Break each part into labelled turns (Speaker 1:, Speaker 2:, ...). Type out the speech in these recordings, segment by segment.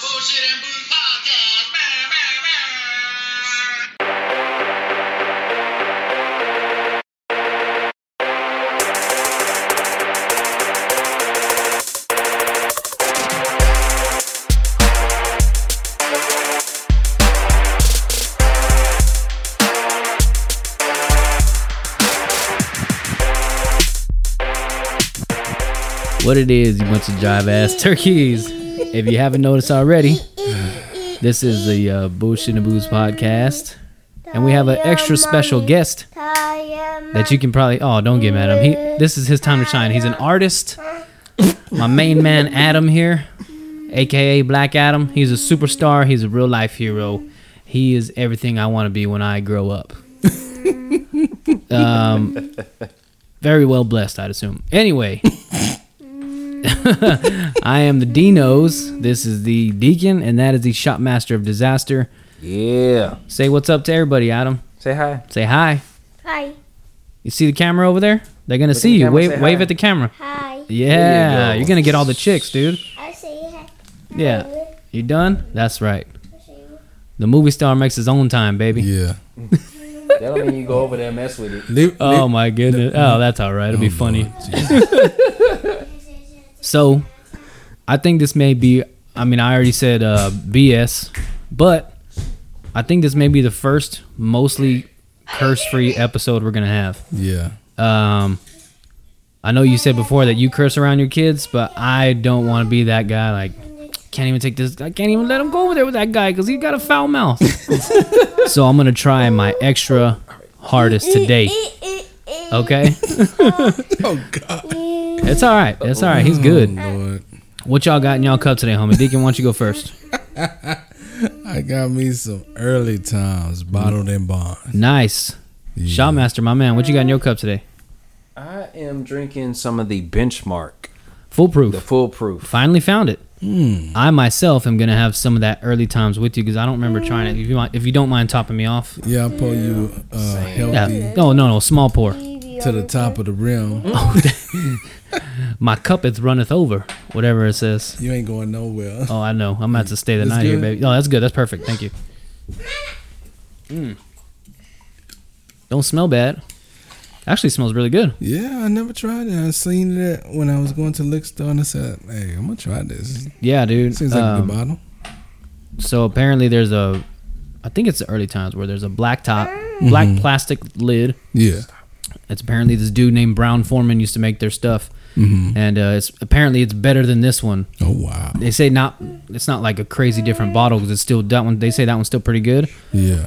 Speaker 1: Bullshit and Brew Podcast. Bah, bah, bah.
Speaker 2: What it is, you bunch of jive ass turkeys. If you haven't noticed already, this is the uh, Bullshit and Booze podcast. And we have an extra special guest that you can probably. Oh, don't get mad at him. He, this is his time to shine. He's an artist. My main man, Adam, here, aka Black Adam. He's a superstar. He's a real life hero. He is everything I want to be when I grow up. um, very well blessed, I'd assume. Anyway. I am the Dinos. This is the Deacon, and that is the Shopmaster of Disaster.
Speaker 3: Yeah.
Speaker 2: Say what's up to everybody, Adam.
Speaker 3: Say hi.
Speaker 2: Say hi.
Speaker 4: Hi.
Speaker 2: you see the camera over there? They're gonna
Speaker 3: at
Speaker 2: see
Speaker 3: the
Speaker 2: you.
Speaker 3: camera,
Speaker 2: wave,
Speaker 3: say
Speaker 2: wave
Speaker 3: hi.
Speaker 2: at the camera.
Speaker 4: Hi.
Speaker 2: Yeah,
Speaker 3: go.
Speaker 2: you're gonna get all the chicks, dude.
Speaker 4: I say hi.
Speaker 2: Yeah, you done? That's right. The movie star makes his own time, baby.
Speaker 5: Yeah.
Speaker 3: That don't mean you go over there and mess with it.
Speaker 5: Leave,
Speaker 2: Oh my goodness. Oh, that's all right. It'll be funny. So, I think this may be. I mean, I already said uh, BS, but I think this may be the first mostly curse-free episode we're gonna have.
Speaker 5: yeah.
Speaker 2: Um, I know you said before that you curse around your kids, but I don't want to be that guy. Like, can't even take this. I can't even let him go over there with that guy because he got a foul mouth. so I'm gonna try my extra hardest today. Okay.
Speaker 5: Oh God.
Speaker 2: It's all right. It's all right. He's good.
Speaker 5: Oh, Lord.
Speaker 2: What y'all got in y'all cup today, homie? Deacon, why don't you go first?
Speaker 5: I got me some early times bottled in bond.
Speaker 2: Nice. Shotmaster, my man, what you got in your cup today?
Speaker 3: I am drinking some of the benchmark, the
Speaker 2: Foolproof.
Speaker 3: foolproof.
Speaker 2: Finally found it. I myself am gonna have some of that early times with you because I don't remember trying it. If you want, if you don't mind topping me off,
Speaker 5: Yeah, I pour you uh,
Speaker 2: yeah.
Speaker 5: healthy
Speaker 2: No, no, no. Small pour.
Speaker 5: to the top of the rim.
Speaker 2: My cup it runneth over. Whatever it says.
Speaker 5: You ain't going nowhere.
Speaker 2: Oh, I know. I'm about to stay the
Speaker 5: That's
Speaker 2: night here,
Speaker 5: good.
Speaker 2: baby. No, that's good. That's perfect. Thank you. Mm.
Speaker 5: Mm.
Speaker 2: Don't smell bad. Actually, smells really good.
Speaker 5: Yeah, I never tried it. I seen it when I was going to liquor store, and I said, "Hey, I'm gonna try this."
Speaker 2: Yeah, dude.
Speaker 5: Seems like a
Speaker 2: Um,
Speaker 5: good bottle.
Speaker 2: so apparently there's a i think it's the early times where there's a black top
Speaker 5: Mm-hmm.
Speaker 2: black plastic lid
Speaker 5: Yeah.
Speaker 2: it's apparently this dude named brown foreman used to make their stuff
Speaker 5: Mm-hmm.
Speaker 2: and uh, it's apparently it's better than this one
Speaker 5: Oh wow.
Speaker 2: they say not it's not like a crazy different bottle because it's still that one they say that one's still pretty good
Speaker 5: Yeah.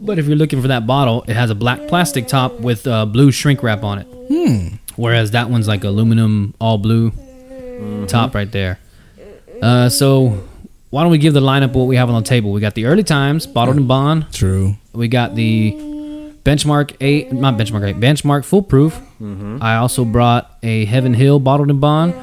Speaker 2: but if you're looking for that bottle it has a black plastic top with uh, blue shrink wrap on it whereas that one's like aluminum all blue top right there uh, so why don't we give the lineup what we have on the table we got the early times bottled and bond
Speaker 5: True.
Speaker 2: we got the benchmark eight, not benchmark eight, benchmark foolproof. I also brought a Heaven Hill bottled and bond,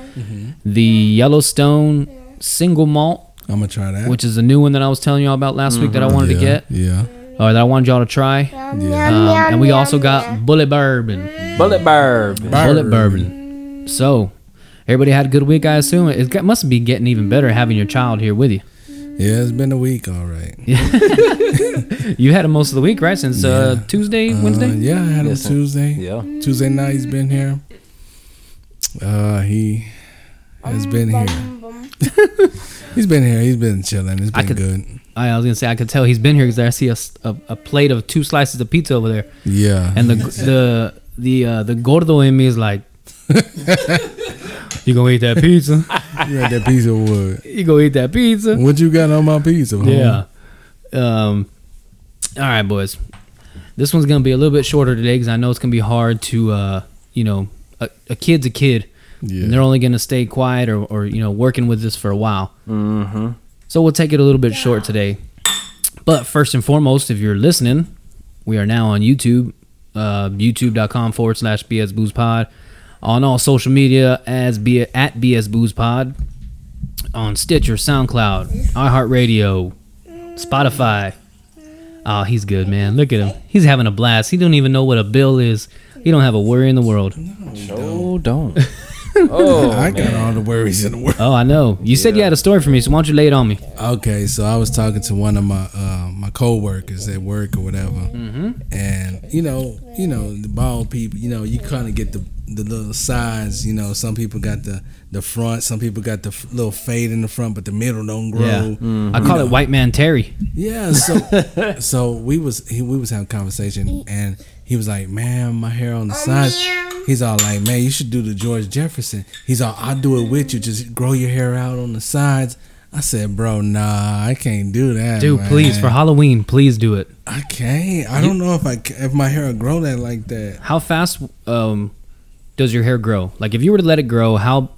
Speaker 2: the Yellowstone single malt,
Speaker 5: I'm gonna try that.
Speaker 2: which is a new one that I was telling y'all about last week that I wanted
Speaker 5: Mm-hmm. yeah,
Speaker 2: to get
Speaker 5: Yeah.
Speaker 2: or that I wanted y'all to try. Um, and we also got Bullet Bourbon,
Speaker 3: Bullet bourbon.
Speaker 2: Bullet Bourbon. So everybody had a good week, I assume. It got, must be getting even better having your child here with you.
Speaker 5: Yeah, it's been a week, all right.
Speaker 2: You had him most of the week, right? Since uh, Tuesday, Wednesday.
Speaker 5: Uh, yeah, I had him Tuesday.
Speaker 3: Yeah.
Speaker 5: Tuesday night he's been here. Uh, he has been here. he's been here. He's been chilling. It's
Speaker 2: I
Speaker 5: been
Speaker 2: could-
Speaker 5: good.
Speaker 2: I, I was gonna say I could tell he's been here because I see a, s- a- a plate of two slices of pizza over there,
Speaker 5: Yeah.
Speaker 2: and the the the uh, the gordo in me is like, you gonna eat that pizza?
Speaker 5: you had that piece of wood.
Speaker 2: You gonna eat that pizza?
Speaker 5: What you got on my pizza? homie?
Speaker 2: Yeah. Um. All right, boys. This one's gonna be a little bit shorter today because I know it's gonna be hard to, uh, you know, a, a kid's a kid,
Speaker 5: Yeah.
Speaker 2: and they're only gonna stay quiet or, or you know working with this for a while. Mm-hmm. So we'll take it a little bit short today. But first and foremost, if you're listening, we are now on YouTube, uh, youtube.com forward slash BS Booze Pod, on all social media as be at BS Booze Pod, on Stitcher, SoundCloud, iHeartRadio, Spotify. Oh, he's good, man. Look at him. He's having a blast. He don't even know what a bill is. He don't have a worry in the world.
Speaker 3: No, don't. Oh,
Speaker 5: I got
Speaker 3: man.
Speaker 5: all the worries in the world.
Speaker 2: Oh, I know. You said you had a story for me, so why don't you lay it on me?
Speaker 5: Okay, so I was talking to one of my uh, my coworkers at work or whatever, and you know, you know, the bald people, you know, you kind of get the the little sides. You know, some people got the the front, some people got the f- little fade in the front, but the middle don't grow.
Speaker 2: Yeah.
Speaker 5: Mm-hmm.
Speaker 2: I call it White Man Terry.
Speaker 5: Yeah, so so we was he, we was having a conversation and he was like, "Man, my hair on the sides." He's all like, "Man, you should do the George Jefferson." He's all, "I'll do it with you. Just grow your hair out on the sides." I said, "Bro, nah, I can't do that,
Speaker 2: Dude,
Speaker 5: man.
Speaker 2: please, for Halloween, please do it.
Speaker 5: I can't. I don't know if I ca- if my hair will grow that like that.
Speaker 2: How fast um, does your hair grow? Like, if you were to let it grow, how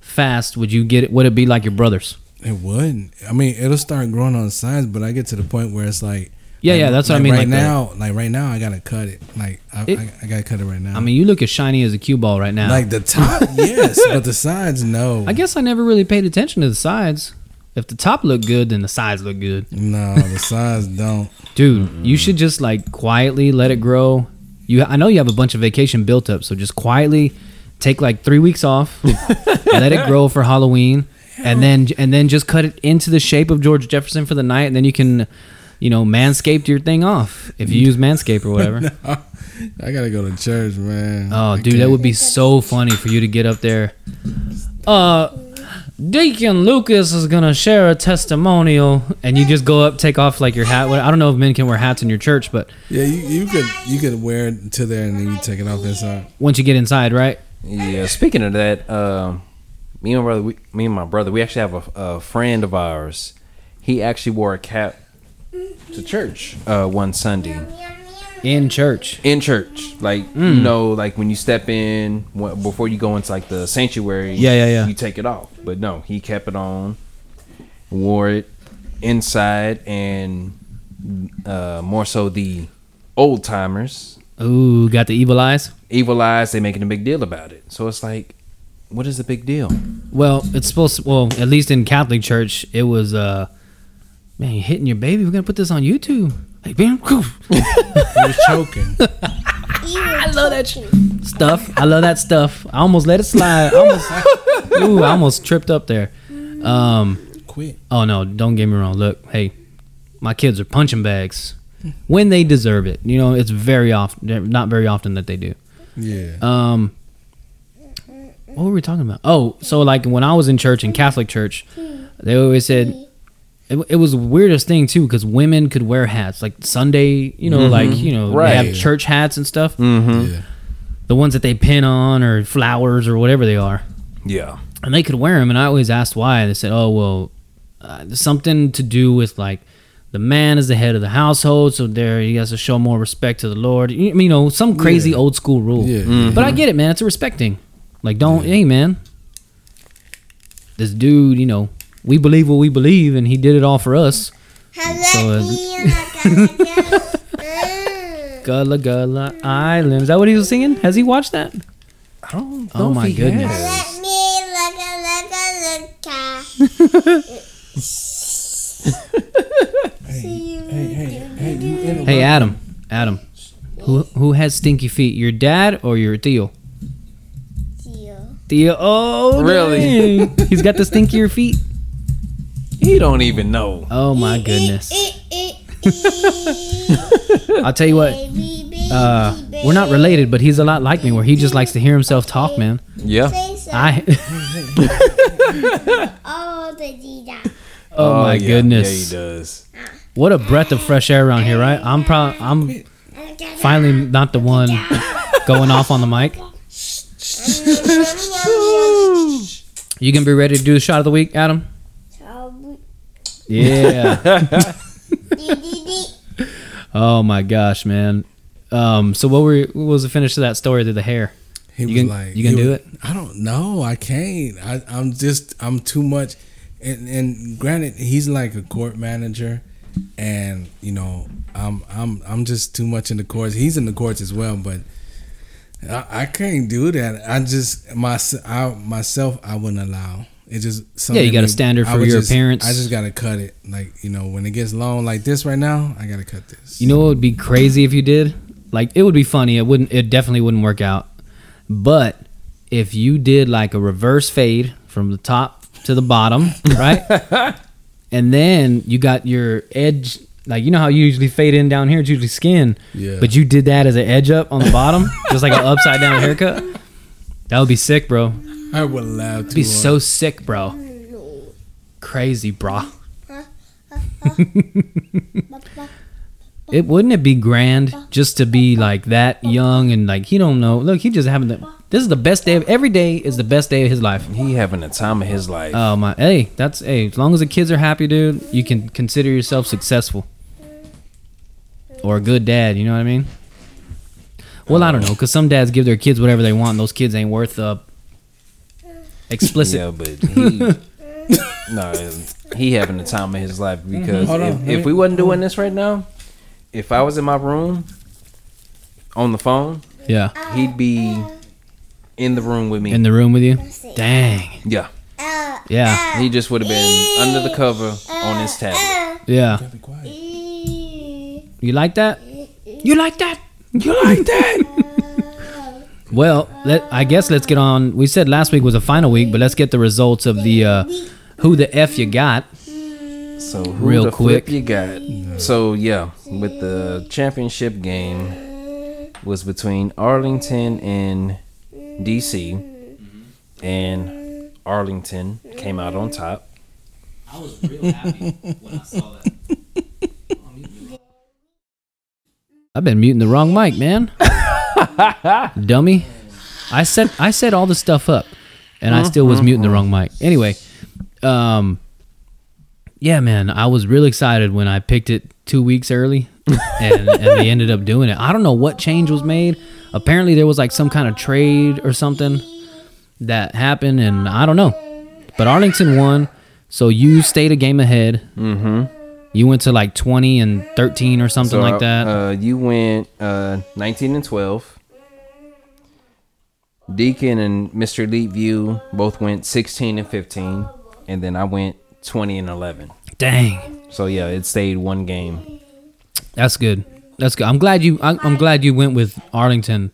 Speaker 2: fast would you get it? Would it be like your brother's?
Speaker 5: It wouldn't. I mean, it'll start growing on the sides, but I get to the point where it's like,
Speaker 2: Yeah,
Speaker 5: like-
Speaker 2: yeah, that's what I
Speaker 5: like
Speaker 2: mean,
Speaker 5: Right
Speaker 2: like the-
Speaker 5: now, like right now, I gotta cut it. Like I,
Speaker 2: It-
Speaker 5: I, I gotta cut it right now.
Speaker 2: I mean, you look as shiny as a cue ball right now.
Speaker 5: Like the top, yes, but the sides, no.
Speaker 2: I guess I never really paid attention to the sides. If the top looked good, then the sides look good.
Speaker 5: No, the sides don't.
Speaker 2: Dude,
Speaker 5: Mm-hmm.
Speaker 2: you should just like quietly let it grow. You, I know you have a bunch of vacation built up, so just quietly take like three weeks off, let it grow for Halloween, and then and then just cut it into the shape of George Jefferson for the night, and then you can, you know, manscape your thing off if you use Manscaped or whatever.
Speaker 5: I gotta go to church, man.
Speaker 2: Oh,
Speaker 5: I
Speaker 2: dude, that
Speaker 5: can't.
Speaker 2: would be so funny for you to get up there. Uh, Deacon Lucas is gonna share a testimonial, and you just go up, take off like your hat. What- I don't know if men can wear hats in your church, but
Speaker 5: Yeah, you, you could you could wear it to there and then you take it off inside.
Speaker 2: once you get inside, right?
Speaker 3: Yeah. Speaking of that, um, me and brother, we, me and my brother, we actually have a, a friend of ours. He actually wore a cap to church uh, one Sunday
Speaker 2: In church.
Speaker 3: in church. Like you
Speaker 2: Mm.
Speaker 3: know, like when you step in wh- before you go into like the sanctuary.
Speaker 2: Yeah, yeah, yeah.
Speaker 3: You take it off, but no, he kept it on, wore it inside, and uh, more so the old timers.
Speaker 2: Ooh, got the evil eyes.
Speaker 3: evil eyes they making a big deal about it so it's like what is the big deal
Speaker 2: Well, it's supposed. To, well, at least in Catholic church, it was. uh Man, you're hitting your baby. We're gonna put this on YouTube. Like, bam, poof,
Speaker 5: He was choking.
Speaker 4: I love that shit.
Speaker 2: stuff. I love that stuff. I almost let it slide. I almost, ooh, I almost tripped up there. Um,
Speaker 5: Quit.
Speaker 2: Oh no, don't get me wrong. Look, hey, my kids are punching bags when they deserve it. You know, it's very often not very often that they do.
Speaker 5: Yeah.
Speaker 2: Um What were we talking about? Oh, so like when I was in church in Catholic church, they always said it, it was the weirdest thing too because women could wear hats like Sunday, you know, like
Speaker 5: Mm-hmm.
Speaker 2: you know they
Speaker 3: Right.
Speaker 2: have church hats and stuff,
Speaker 5: Yeah.
Speaker 2: the ones that they pin on or flowers or whatever they are
Speaker 3: yeah
Speaker 2: and they could wear them and i always asked why and they said oh well uh, something to do with like the man is the head of the household so there he has to show more respect to the lord you, you know some crazy old school rule
Speaker 5: Yeah. Mhm.
Speaker 2: but i get it man it's a respecting like don't hey man this dude you know we believe what we believe and he did it all for us gullah gullah island is that what he was singing has he watched that
Speaker 3: i don't
Speaker 2: oh my goodness hey adam adam who, who has stinky feet your dad or your theo Theo. Oh,
Speaker 3: Really?
Speaker 2: dang. He's got the stinkier feet.
Speaker 3: he don't even know
Speaker 2: Oh my goodness. I'll tell you what. Uh, we're not related, but he's a lot like me, where he just likes to hear himself talk, man.
Speaker 3: yeah
Speaker 2: I.
Speaker 4: Oh, the D dot.
Speaker 2: oh my
Speaker 3: yeah.
Speaker 2: goodness.
Speaker 3: yeah he does
Speaker 2: what a breath of fresh air around here, right? I'm proud. I'm finally not the one going off on the mic. You gonna be ready to do the shot of the week, Adam? Yeah. Oh my gosh, man. Um, so what were what was the finish of that story through the hair?
Speaker 5: He
Speaker 2: You
Speaker 5: was
Speaker 2: can-
Speaker 5: like,
Speaker 2: you can
Speaker 5: he
Speaker 2: do
Speaker 5: was-
Speaker 2: it?
Speaker 5: I don't know. I can't. I, I'm just. I'm too much. And, and granted, he's like a court manager, and you know, I'm I'm I'm just too much in the courts. He's in the courts as well, but I, I can't do that. I just my I, myself. I wouldn't allow. It just something
Speaker 2: Yeah, you got a
Speaker 5: that-
Speaker 2: standard
Speaker 5: I
Speaker 2: for
Speaker 5: would
Speaker 2: your
Speaker 5: just-
Speaker 2: appearance.
Speaker 5: I just gotta cut it. Like you know, when it gets long like this right now, I gotta cut this.
Speaker 2: You know what would be crazy if you did? Like it would be funny. It wouldn't. It definitely wouldn't work out. But if you did like a reverse fade from the top to the bottom, right? and then you got your edge, like you know how you usually fade in down here, it's usually skin.
Speaker 5: Yeah.
Speaker 2: But you did that as an edge up on the bottom, just like an upside down haircut. That would be sick, bro.
Speaker 5: I would laugh too.
Speaker 2: Be
Speaker 5: hard.
Speaker 2: so sick, bro. Crazy, bro. It wouldn't it be grand just to be like that young and like he don't know. Look, he just having the. This is the best day of every day is the best day of his life.
Speaker 3: He having the time of his life.
Speaker 2: Oh my, hey, that's hey. As long as the kids are happy, dude, you can consider yourself successful or a good dad. You know what I mean? Well, I don't know, cause some dads give their kids whatever they want. And those kids ain't worth uh, explicit.
Speaker 3: yeah, but he. no, he having the time of his life
Speaker 2: Mm-hmm.
Speaker 3: because
Speaker 5: Hold on,
Speaker 3: if,
Speaker 5: let
Speaker 3: if
Speaker 5: me-
Speaker 3: we wasn't doing this right now, if I was in my room on the phone,
Speaker 2: Yeah,
Speaker 3: he'd be in the room with me.
Speaker 2: in the room with you. Dang.
Speaker 3: yeah,
Speaker 2: Yeah.
Speaker 3: he just would have been under the cover on his tablet.
Speaker 2: Yeah.
Speaker 5: Be quiet.
Speaker 2: You like that? You like that? You like that? well, let, I guess let's get on. We said last week was a final week, but let's get the results of the uh, who the f you got.
Speaker 3: So who
Speaker 2: Real
Speaker 3: the flip
Speaker 2: quick.
Speaker 3: you got? So yeah, with the championship game was between Arlington and DC,
Speaker 2: Mm-hmm.
Speaker 3: and Arlington came out on top.
Speaker 2: I was real happy when I saw that. I've been muting the wrong mic, man. Dummy. I said I set all the stuff up and I still was muting the wrong mic. Anyway, um yeah, man, I was real excited when I picked it 2 weeks early and, and they ended up doing it. I don't know what change was made. Apparently there was like some kind of trade or something that happened and I don't know. But Arlington won, so you stayed a game ahead. Mhm. You went to like 20 and 13 or something
Speaker 3: Mm-hmm. So,
Speaker 2: like that.
Speaker 3: Uh, you went uh, 19 and 12. Deacon and Mr. Elite View both went 16 and 15, and then I went 20 and 11.
Speaker 2: Dang.
Speaker 3: So yeah, it stayed one game.
Speaker 2: That's good. That's good. I'm glad you. I, I'm glad you went with Arlington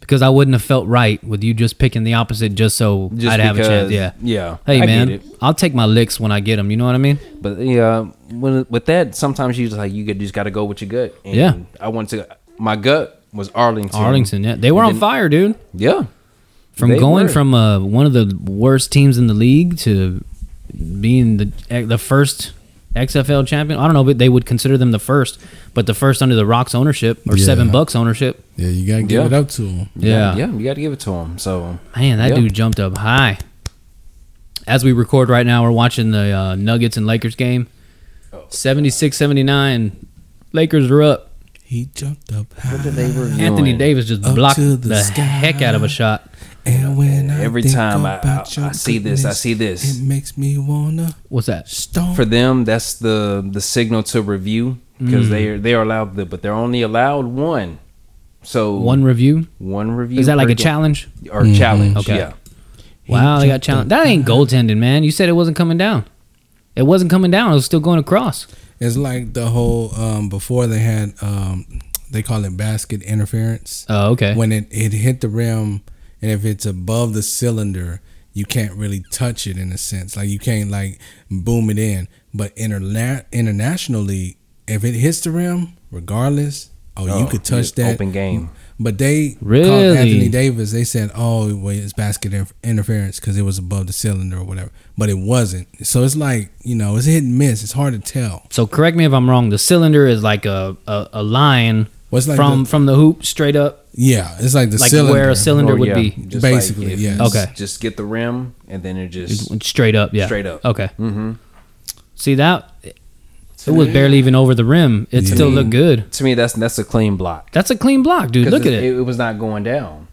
Speaker 2: because I wouldn't have felt right with you just picking the opposite just so
Speaker 3: Just
Speaker 2: I'd have a chance.
Speaker 3: because-
Speaker 2: Yeah.
Speaker 3: yeah,
Speaker 2: Hey
Speaker 3: I get
Speaker 2: man,
Speaker 3: it.
Speaker 2: I'll take my licks when I get them. You know what I mean?
Speaker 3: But yeah, when, with that, sometimes you just like you could just got to go with your gut. And
Speaker 2: Yeah.
Speaker 3: I went to my gut was Arlington.
Speaker 2: Arlington. Yeah, they were on
Speaker 3: Then-
Speaker 2: fire, dude.
Speaker 3: Yeah.
Speaker 2: From
Speaker 3: They
Speaker 2: going
Speaker 3: were.
Speaker 2: from uh, one of the worst teams in the league to being the eh, the first XFL champion. I don't know, but they would consider them the first, but the first under the Rocks ownership or Seven
Speaker 5: Yeah.
Speaker 2: Bucks ownership.
Speaker 5: Yeah, you gotta give
Speaker 3: Yeah.
Speaker 5: it up to him.
Speaker 2: Yeah.
Speaker 3: Yeah, you got to give it to him. So
Speaker 2: Man, that
Speaker 3: Yeah.
Speaker 2: dude jumped up high. As we record right now, we're watching the uh, Nuggets and Lakers game.
Speaker 5: Oh.
Speaker 2: 76 79. Lakers are up.
Speaker 5: He jumped up high.
Speaker 3: they were
Speaker 2: Anthony Davis just
Speaker 5: Up
Speaker 2: blocked
Speaker 5: to
Speaker 2: the,
Speaker 5: the sky.
Speaker 2: heck out of a shot.
Speaker 5: And when I
Speaker 3: Every
Speaker 5: think
Speaker 3: time I-
Speaker 5: about
Speaker 3: I- I
Speaker 5: your
Speaker 3: see this, I
Speaker 5: goodness,
Speaker 3: see this.
Speaker 5: It makes me wanna
Speaker 2: What's that?
Speaker 5: stomp.
Speaker 3: for them that's the the signal to review because they
Speaker 2: Mm.
Speaker 3: are they are allowed the but they're only allowed one so
Speaker 2: One review?
Speaker 3: one review
Speaker 2: Is that like
Speaker 3: per
Speaker 2: a
Speaker 3: game-
Speaker 2: challenge?
Speaker 3: or challenge
Speaker 2: Okay.
Speaker 3: yeah
Speaker 2: Wow, they got challenged.
Speaker 5: jumped
Speaker 2: That ain't goaltending, man. You said it wasn't coming down. It wasn't coming down. It was still going across.
Speaker 5: It's like the whole um, before they had um, they call it basket interference.
Speaker 2: Oh, okay.
Speaker 5: When it, it hit the rim, and if it's above the cylinder, you can't really touch it in a sense. Like you can't like boom it in. But interna- internationally, if it hits the rim, regardless, oh,
Speaker 3: Oh,
Speaker 5: you could touch
Speaker 3: yeah,
Speaker 5: that
Speaker 3: open game.
Speaker 5: But they called
Speaker 2: Really?
Speaker 5: Anthony Davis. They said, "Oh, well, it's basket inf- interference because it was above the cylinder or whatever." But it wasn't. So it's like you know, it's hit and miss. It's hard to tell.
Speaker 2: So correct me if I'm wrong. The cylinder is like a, a, a line
Speaker 5: What's like
Speaker 2: from,
Speaker 5: the-
Speaker 2: from the hoop straight up,
Speaker 5: Yeah, it's like the
Speaker 2: like
Speaker 5: cylinder.
Speaker 2: where a cylinder
Speaker 3: Or,
Speaker 2: would
Speaker 3: yeah,
Speaker 2: be.
Speaker 3: just
Speaker 5: Basically,
Speaker 3: if
Speaker 5: yes.
Speaker 3: you s-
Speaker 2: Okay.
Speaker 3: just get the rim and then it just
Speaker 2: straight up yeah
Speaker 3: Straight up.
Speaker 2: okay mm-hmm. see that it was barely even over the rim it still
Speaker 3: me-
Speaker 2: looked good
Speaker 3: to me that's that's a clean block
Speaker 2: that's a clean block dude
Speaker 3: 'Cause
Speaker 2: look at it,
Speaker 3: it was not going down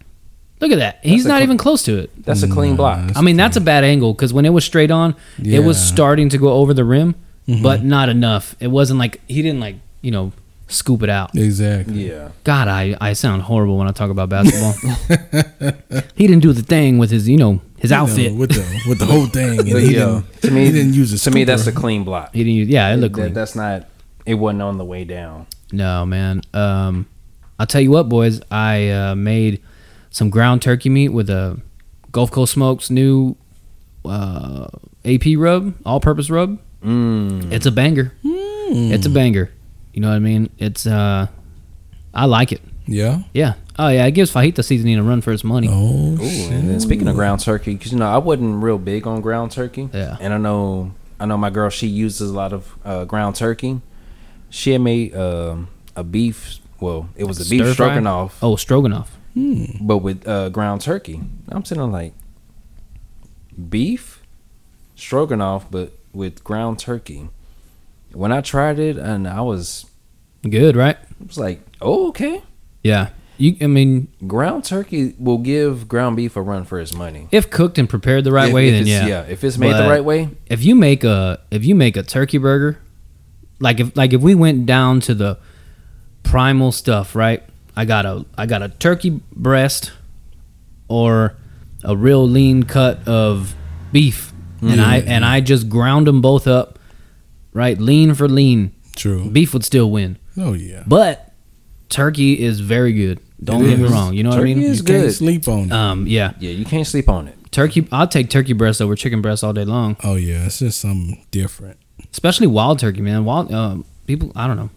Speaker 2: look at that he's
Speaker 3: a
Speaker 2: not
Speaker 3: cl-
Speaker 2: even close to it
Speaker 3: Mm, that's a clean block
Speaker 2: i mean that's a bad angle because when it was straight on it was
Speaker 5: Yeah.
Speaker 2: starting to go over the rim but not enough it wasn't like he didn't like you know scoop it out
Speaker 5: Exactly.
Speaker 3: yeah
Speaker 2: god i i sound horrible when i talk about basketball he didn't do the thing with his you know his
Speaker 5: You know,
Speaker 2: outfit
Speaker 5: with the with the whole thing. And
Speaker 3: but
Speaker 5: he,
Speaker 3: yeah
Speaker 5: didn't,
Speaker 3: to me
Speaker 5: he didn't use a
Speaker 3: to me that's a
Speaker 5: scooper.
Speaker 3: clean block
Speaker 2: he didn't use, yeah it looked
Speaker 3: That-
Speaker 2: clean.
Speaker 3: that's not it wasn't on the way down
Speaker 2: No, man. Um, I'll tell you what, boys. I uh, made some ground turkey meat with a Gulf Coast Smokes new uh, AP rub, all purpose rub.
Speaker 3: Mm.
Speaker 2: It's a banger. It's a banger. You know what I mean? It's uh I like it.
Speaker 5: Yeah.
Speaker 2: Yeah. Oh yeah, it gives fajita seasoning a run for its money.
Speaker 5: Oh
Speaker 3: Ooh,
Speaker 5: shit.
Speaker 3: and then speaking of ground turkey, because you know I wasn't real big on ground turkey.
Speaker 2: Yeah.
Speaker 3: And I know I know my girl. She uses a lot of uh, ground turkey. She had made um a beef. Well, it was a beef
Speaker 2: Stir fry?
Speaker 3: stroganoff,
Speaker 2: Oh, stroganoff.
Speaker 3: but with uh, ground turkey. I'm sitting there like beef stroganoff, but with ground turkey. When I tried it, and I was,
Speaker 2: Good, right?
Speaker 3: I was like, oh, okay.
Speaker 2: Yeah. You I mean,
Speaker 3: Ground turkey will give ground beef a run for its money.
Speaker 2: if cooked and prepared the right
Speaker 3: If-
Speaker 2: way
Speaker 3: if
Speaker 2: then
Speaker 3: it's-
Speaker 2: yeah.
Speaker 3: If it's made
Speaker 2: But-
Speaker 3: the right way,
Speaker 2: If you make a if you make a turkey burger, like if like if we went down to the primal stuff, right? I got a I got a turkey breast or a real lean cut of beef and I and I just ground them both up, right? Lean for lean.
Speaker 5: True.
Speaker 2: Beef would still win.
Speaker 5: Oh yeah.
Speaker 2: But turkey is very good. Don't
Speaker 5: It
Speaker 2: get me
Speaker 5: is.
Speaker 2: wrong. You know
Speaker 3: Turkey
Speaker 2: what I mean?
Speaker 3: is-
Speaker 5: You can't
Speaker 3: good.
Speaker 5: sleep on it.
Speaker 2: Um, yeah,
Speaker 3: Yeah, you can't sleep on it.
Speaker 2: turkey. I'll take turkey breast over chicken breast all day long,
Speaker 5: oh yeah, it's just something different.
Speaker 2: especially wild turkey, man. Wild um, people. I don't know.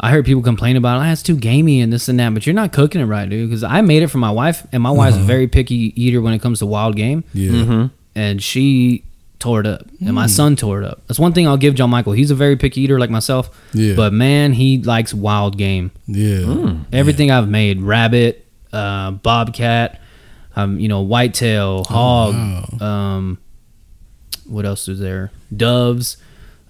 Speaker 2: I heard people complain about, ah, it's too gamey and this and that, but you're not cooking it right, dude. Because I made it for my wife, and my wife's
Speaker 5: Uh-huh.
Speaker 2: a very picky eater when it comes to wild game,
Speaker 5: Yeah.
Speaker 2: and she tore it up, and
Speaker 5: Hmm.
Speaker 2: my son tore it up. That's one thing I'll give John Michael. He's a very picky eater like myself,
Speaker 5: Yeah.
Speaker 2: but man, he likes wild game.
Speaker 5: Yeah.
Speaker 2: Everything I've made: rabbit, uh, bobcat, um, you know, whitetail,
Speaker 5: Oh,
Speaker 2: hog. Um, what else is there? Doves,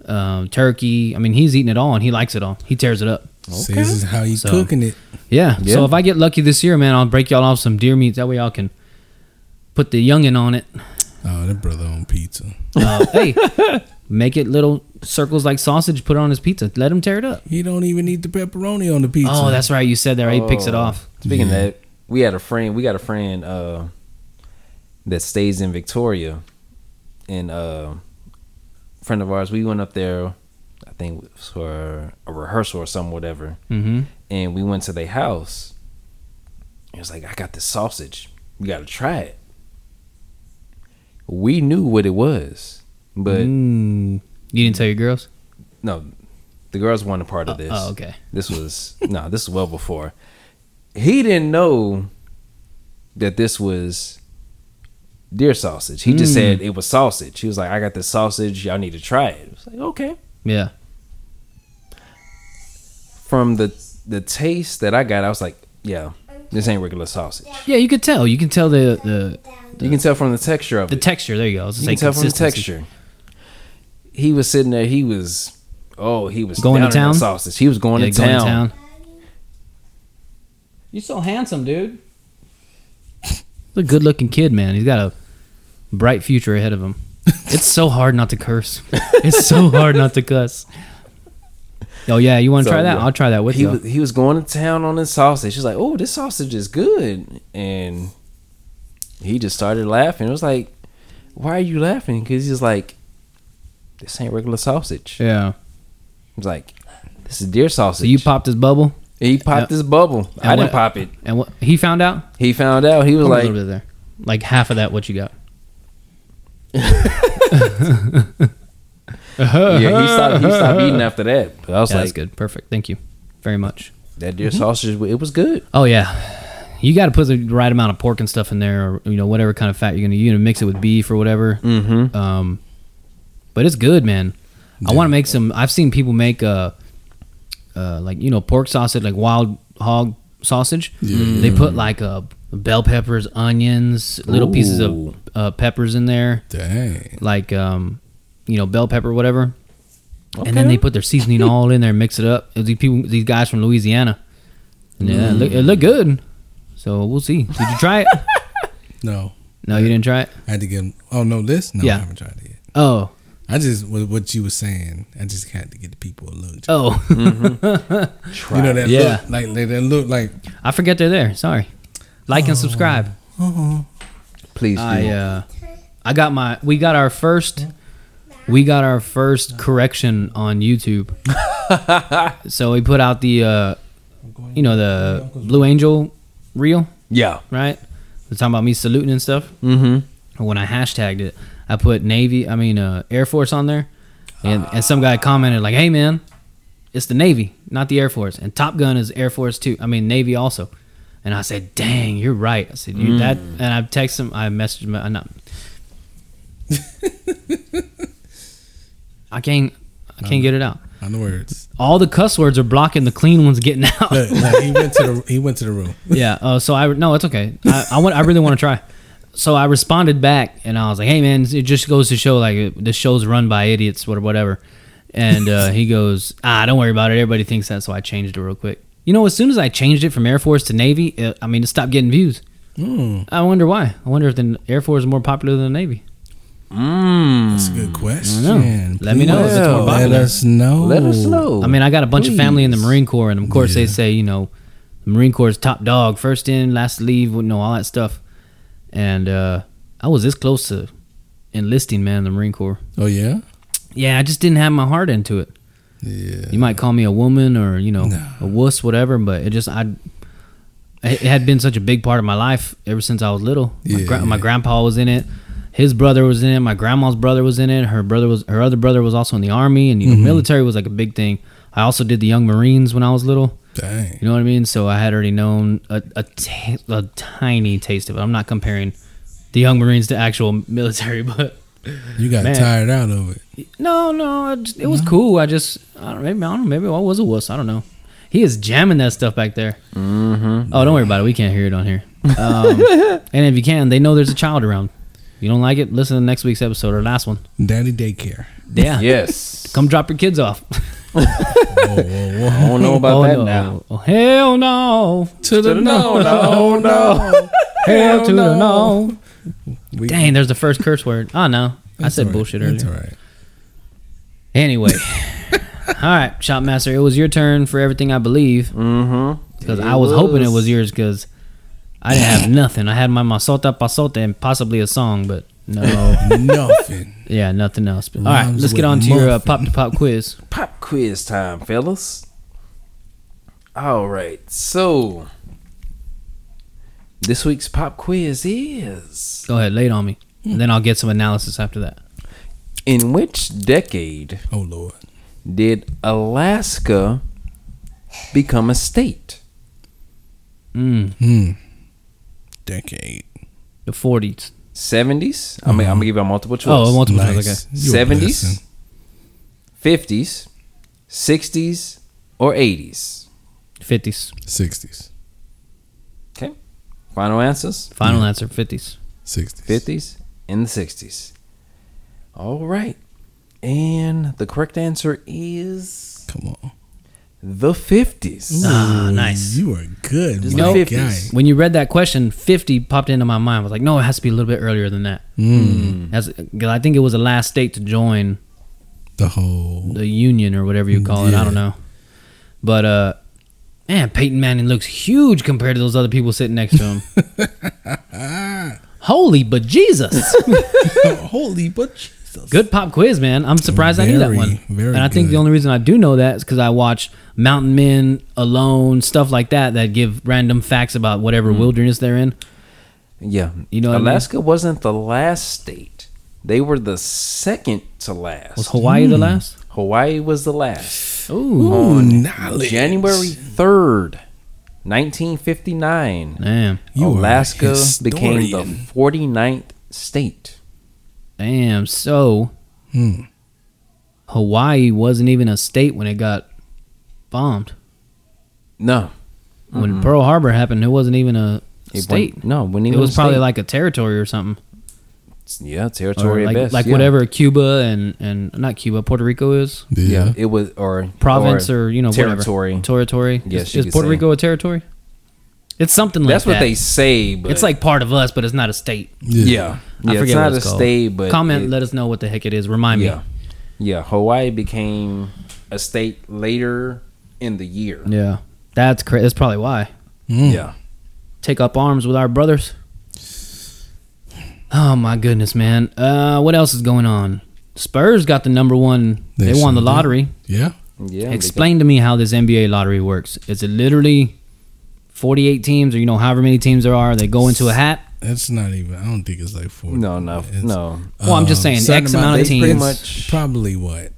Speaker 2: um, turkey. I mean, he's eating it all, and he likes it all. He tears it up.
Speaker 5: See, this is how you
Speaker 2: So-
Speaker 5: cooking it.
Speaker 2: Yeah.
Speaker 3: Yeah.
Speaker 2: So if I get lucky this year, man, I'll break y'all off some deer meat. That way y'all can put the youngin on it.
Speaker 5: Oh, that brother on pizza.
Speaker 2: Uh, hey, make it little circles like sausage. Put it on his pizza. Let him tear it up.
Speaker 5: He don't even need the pepperoni on the pizza.
Speaker 2: Oh, that's right. You said that. Right? He picks it
Speaker 3: Oh.
Speaker 2: off.
Speaker 3: Speaking of that, we had a friend. We got a friend uh, that stays in Victoria, and uh, friend of ours. We went up there. I think it was for a rehearsal or some whatever,
Speaker 2: Mm-hmm.
Speaker 3: and we went to their house. It was like I got this sausage. You got to try it. We knew what it was, but
Speaker 2: Mm. You didn't tell your girls.
Speaker 3: no, the girls weren't a part of this.
Speaker 2: Oh, okay.
Speaker 3: This was no, this is well before. He didn't know that this was deer sausage. He just
Speaker 2: Mm.
Speaker 3: said it was sausage. He was like, "I got this sausage. Y'all need to try it." It was like, "Okay."
Speaker 2: Yeah.
Speaker 3: From the the taste that I got, I was like, "Yeah, this ain't regular sausage."
Speaker 2: Yeah, you could tell. You can tell the the,
Speaker 3: You can tell from the texture of
Speaker 2: the
Speaker 3: it.
Speaker 2: texture. There you go. I was
Speaker 3: You
Speaker 2: gonna
Speaker 3: can
Speaker 2: say
Speaker 3: tell from the
Speaker 2: consistency.
Speaker 3: texture. He was sitting there. He was, oh, he was
Speaker 2: Going to
Speaker 3: down in that
Speaker 2: town?
Speaker 3: Sausage. He was going,
Speaker 2: Yeah,
Speaker 3: to, town.
Speaker 2: You so handsome, dude. He's a good looking kid, man. He's got a bright future ahead of him. It's so hard not to curse. It's so hard not to cuss. Oh yeah, you want to
Speaker 3: So,
Speaker 2: try that?
Speaker 3: yeah.
Speaker 2: I'll try that with
Speaker 3: he
Speaker 2: you.
Speaker 3: was, he was going to town on his sausage. She's like, "Oh, this sausage is good," and he just started laughing. It was like, "Why are you laughing?" Because he's like, "This ain't regular sausage."
Speaker 2: yeah.
Speaker 3: He's like, "This is deer sausage."
Speaker 2: So you popped his bubble,
Speaker 3: he popped this bubble. I
Speaker 2: what-
Speaker 3: didn't pop it.
Speaker 2: and what he found out?
Speaker 3: He found out. He was
Speaker 2: Put a
Speaker 3: like,
Speaker 2: little bit there, like half of that. What you got?
Speaker 3: "Yeah." He stopped. He stopped eating after that. But I was
Speaker 2: Yeah, that's Mm-hmm.
Speaker 3: like,
Speaker 2: good. Perfect. Thank you very much.
Speaker 3: "That deer sausage, it was good."
Speaker 2: Oh yeah, you got to put the right amount of pork and stuff in there, or you know whatever kind of fat you're gonna you know mix it with beef or whatever.
Speaker 3: Mm-hmm.
Speaker 2: Um, but it's good, man. I want to make some. I've seen people make uh, uh, like you know pork sausage, like wild hog sausage. They put like uh, bell peppers, onions, little pieces
Speaker 3: Ooh.
Speaker 2: of uh, peppers in there,
Speaker 5: Dang.
Speaker 2: like um, you know bell pepper, whatever. And then they put their seasoning all in there, and mix it up. It was These people, these guys from Louisiana, and yeah, it, look, it looked good. So we'll see. Did you try it?
Speaker 5: No.
Speaker 2: no, you didn't try it.
Speaker 5: I had to get him. Oh, no, this? No,
Speaker 2: Yeah.
Speaker 5: I haven't tried it yet.
Speaker 2: Oh,
Speaker 5: I just, with what you were saying, I just had to get the people a look.
Speaker 2: oh,
Speaker 3: Try.
Speaker 5: You know that
Speaker 2: Yeah.
Speaker 5: look, like that look, like
Speaker 2: I forget they're there. Sorry. Like and subscribe.
Speaker 3: Please do.
Speaker 2: I uh, I got my. We got our first. We got our first correction on YouTube. so we put out the, uh, you know, the Blue Angel reel,
Speaker 3: yeah.
Speaker 2: right? They're talking about me saluting and stuff.
Speaker 3: Mm-hmm.
Speaker 2: And when I hashtagged it, I put Navy, I mean uh, Air Force on there, and and some guy commented like, "Hey man, it's the Navy, not the Air Force, and Top Gun is Air Force too. I mean Navy also." And I said, "Dang, you're right." I said, "You that," and I text him, I messaged him, I not. I can't, I can't get it out.
Speaker 5: On the words.
Speaker 2: All the cuss words are blocking the clean ones getting out.
Speaker 5: Look, look, he went to the he went to the room.
Speaker 2: yeah. Uh, so I no, it's okay. I I, want, I really want to try. So I responded back and I was like, "Hey man, it just goes to show like it- this show's run by idiots, what- whatever." And uh, he goes, "Ah, don't worry about it. Everybody thinks that." So I changed it real quick. You know, as soon as I changed it from Air Force to Navy, it, I mean, it stopped getting views. I wonder why. I wonder if the Air Force is more popular than the Navy.
Speaker 5: That's a good question.
Speaker 2: Let me know if it's more
Speaker 5: Please Let
Speaker 2: popular.
Speaker 5: us know.
Speaker 3: Let us know.
Speaker 2: I mean, I got a bunch of family in the
Speaker 3: Oh, Please.
Speaker 2: Marine Corps, and of course they
Speaker 5: Yeah.
Speaker 2: say, you know, the Marine Corps is top dog, first in, last to leave, you know, all that stuff. And uh, I was this close to enlisting, man, in the Marine Corps.
Speaker 5: Oh yeah,
Speaker 2: Yeah, I just didn't have my heart into it.
Speaker 5: yeah.
Speaker 2: You might call me a woman or you know
Speaker 5: No.
Speaker 2: a wuss, whatever, but it just I. It had been such a big part of my life ever since I was little. My,
Speaker 5: Yeah,
Speaker 2: gra- my
Speaker 5: yeah.
Speaker 2: grandpa was in it. His brother was in it. My grandma's brother was in it. Her brother was her other brother was also in the army, and you
Speaker 5: Mm-hmm.
Speaker 2: know, military was like a big thing. I also did the Young Marines when I was little.
Speaker 5: Dang.
Speaker 2: You know what I mean? So I had already known a a ta- a tiny taste of it. I'm not comparing the Young Marines to actual military, but
Speaker 5: You got
Speaker 2: Man.
Speaker 5: tired out of it.
Speaker 2: no, no, I just- it was cool. I just, I don't, maybe, I don't know, maybe I was a wuss. I don't know. He is jamming that stuff back there. Mm-hmm. Oh, don't worry about it. We can't hear it on here. Um, and if you can, they know there's a child around. You don't like it? Listen to next week's episode or last one.
Speaker 5: Daddy daycare.
Speaker 2: Yeah.
Speaker 3: Yes.
Speaker 2: Come drop your kids off.
Speaker 5: Whoa, whoa,
Speaker 3: I
Speaker 5: whoa.
Speaker 3: don't know about
Speaker 2: oh,
Speaker 3: that
Speaker 2: no.
Speaker 3: now.
Speaker 2: Oh, hell no.
Speaker 5: to the no, no, no.
Speaker 2: Hell to the no.
Speaker 5: We-
Speaker 2: Dang, there's the first curse word. Oh, no. I
Speaker 5: That's
Speaker 2: said
Speaker 5: all right.
Speaker 2: bullshit
Speaker 5: That's
Speaker 2: earlier.
Speaker 5: all right.
Speaker 2: Anyway. All right, Shopmaster, it was your turn for everything I believe.
Speaker 3: Mm-hmm.
Speaker 2: Because
Speaker 3: It
Speaker 2: I was, hoping it
Speaker 3: was.
Speaker 2: was yours because I didn't have nothing. I had my Masota Pasota and possibly a song, but no.
Speaker 5: Nothing.
Speaker 2: yeah, nothing else. But, all right,
Speaker 5: Rhymes
Speaker 2: let's get
Speaker 5: with
Speaker 2: on to your uh,
Speaker 5: muffin.
Speaker 2: pop to pop quiz.
Speaker 3: Pop quiz time, fellas. All right. So this week's pop quiz is
Speaker 2: Go ahead, lay it on me. And then I'll get some analysis after that.
Speaker 3: in which decade
Speaker 5: Oh Lord.
Speaker 3: did Alaska become a state?
Speaker 2: Mm,
Speaker 5: Hmm. Decade.
Speaker 2: the 40s.
Speaker 3: 70s? I mean, I'm going to give you a multiple choice.
Speaker 2: Oh, multiple choice,
Speaker 5: Nice.
Speaker 2: okay.
Speaker 5: You a
Speaker 3: 70s,
Speaker 5: blessing.
Speaker 3: 50s, 60s, or 80s?
Speaker 2: 50s.
Speaker 5: 60s.
Speaker 3: Okay. Final answers?
Speaker 2: Final answer 50s.
Speaker 5: 60s.
Speaker 3: 50s and the 60s. All right. And the correct answer is
Speaker 5: Come on.
Speaker 3: the 50s.
Speaker 2: Ah,
Speaker 5: Ooh,
Speaker 2: nice.
Speaker 5: You are good.
Speaker 3: Just
Speaker 5: my
Speaker 3: the
Speaker 5: guy.
Speaker 3: 50s.
Speaker 2: When you read that question, 50 popped into my mind. I was like, no, it has to be a little bit earlier than that. Mm. That's, 'cause I think it was the last state to join
Speaker 5: The whole.
Speaker 2: the union or whatever you call it. I
Speaker 5: Mm, Yeah.
Speaker 2: don't know. But uh man, Peyton Manning looks huge compared to those other people sitting next to him. Holy but Jesus.
Speaker 5: Holy but Jesus.
Speaker 2: Good pop quiz, man. I'm surprised I knew that
Speaker 5: Very,
Speaker 2: one.
Speaker 5: very
Speaker 2: and I think the
Speaker 5: good.
Speaker 2: only reason I do know that is because I watch Mountain Men, Alone, stuff like that that give random facts about whatever
Speaker 5: Mm.
Speaker 2: wilderness they're in.
Speaker 3: Yeah.
Speaker 2: You know what I mean?
Speaker 3: Alaska wasn't the last state. They were the second to last.
Speaker 2: Was Hawaii the last?
Speaker 3: Hawaii was the last.
Speaker 2: Ooh.
Speaker 5: Ooh, knowledge.
Speaker 3: January 3rd, 1959.
Speaker 2: Damn.
Speaker 5: You are a
Speaker 3: Alaska became the
Speaker 5: historian.
Speaker 3: 49th state.
Speaker 2: Damn. So
Speaker 5: Hmm.
Speaker 2: Hawaii wasn't even a state when it got bombed.
Speaker 3: No.
Speaker 2: when Pearl Harbor happened, it wasn't even a
Speaker 3: Mm-hmm. It
Speaker 2: state.
Speaker 3: wasn't- no, when
Speaker 2: It was probably like a territory or something,
Speaker 3: yeah,
Speaker 2: or
Speaker 3: territory at
Speaker 2: like,
Speaker 3: best,
Speaker 2: like
Speaker 3: yeah.
Speaker 2: whatever Cuba and and not Cuba, Puerto Rico is
Speaker 5: Yeah.
Speaker 3: Yeah, it was or
Speaker 2: province or, you know
Speaker 3: territory.
Speaker 2: whatever. territory.
Speaker 3: Yes,
Speaker 2: is,
Speaker 3: you
Speaker 2: is
Speaker 3: could
Speaker 2: Puerto
Speaker 3: say.
Speaker 2: Rico a territory? It's something like
Speaker 3: That's what
Speaker 2: that.
Speaker 3: they say, but
Speaker 2: It's like part of us, but it's not a state.
Speaker 5: Yeah.
Speaker 3: yeah, yeah.
Speaker 2: I
Speaker 3: it's
Speaker 2: forget
Speaker 3: not
Speaker 2: what
Speaker 3: a
Speaker 2: it's called.
Speaker 3: state, but
Speaker 2: comment.
Speaker 3: it-
Speaker 2: let us know what the heck it is. Remind
Speaker 3: yeah, yeah. Hawaii became a state later in the year.
Speaker 2: me. Yeah, that's cra- that's probably why.
Speaker 5: Mm.
Speaker 3: Yeah,
Speaker 2: Take up arms with our brothers. Oh my goodness, man. Uh, what else is going on? Spurs got the number one. They,
Speaker 5: They
Speaker 2: won the
Speaker 5: sure did.
Speaker 2: lottery.
Speaker 5: Yeah.
Speaker 3: yeah. they
Speaker 2: Explain to me how this NBA lottery works. Is it literally 48 teams or you know however many teams there are they go into a hat
Speaker 5: That's not even. I don't think it's like forty.
Speaker 3: No, no,
Speaker 5: It's-
Speaker 3: no.
Speaker 2: Well, I'm just
Speaker 5: uh,
Speaker 2: saying,
Speaker 5: certain
Speaker 2: X
Speaker 5: amount
Speaker 2: amount
Speaker 5: of
Speaker 2: of
Speaker 3: They
Speaker 2: teams.
Speaker 3: pretty much
Speaker 5: Probably what?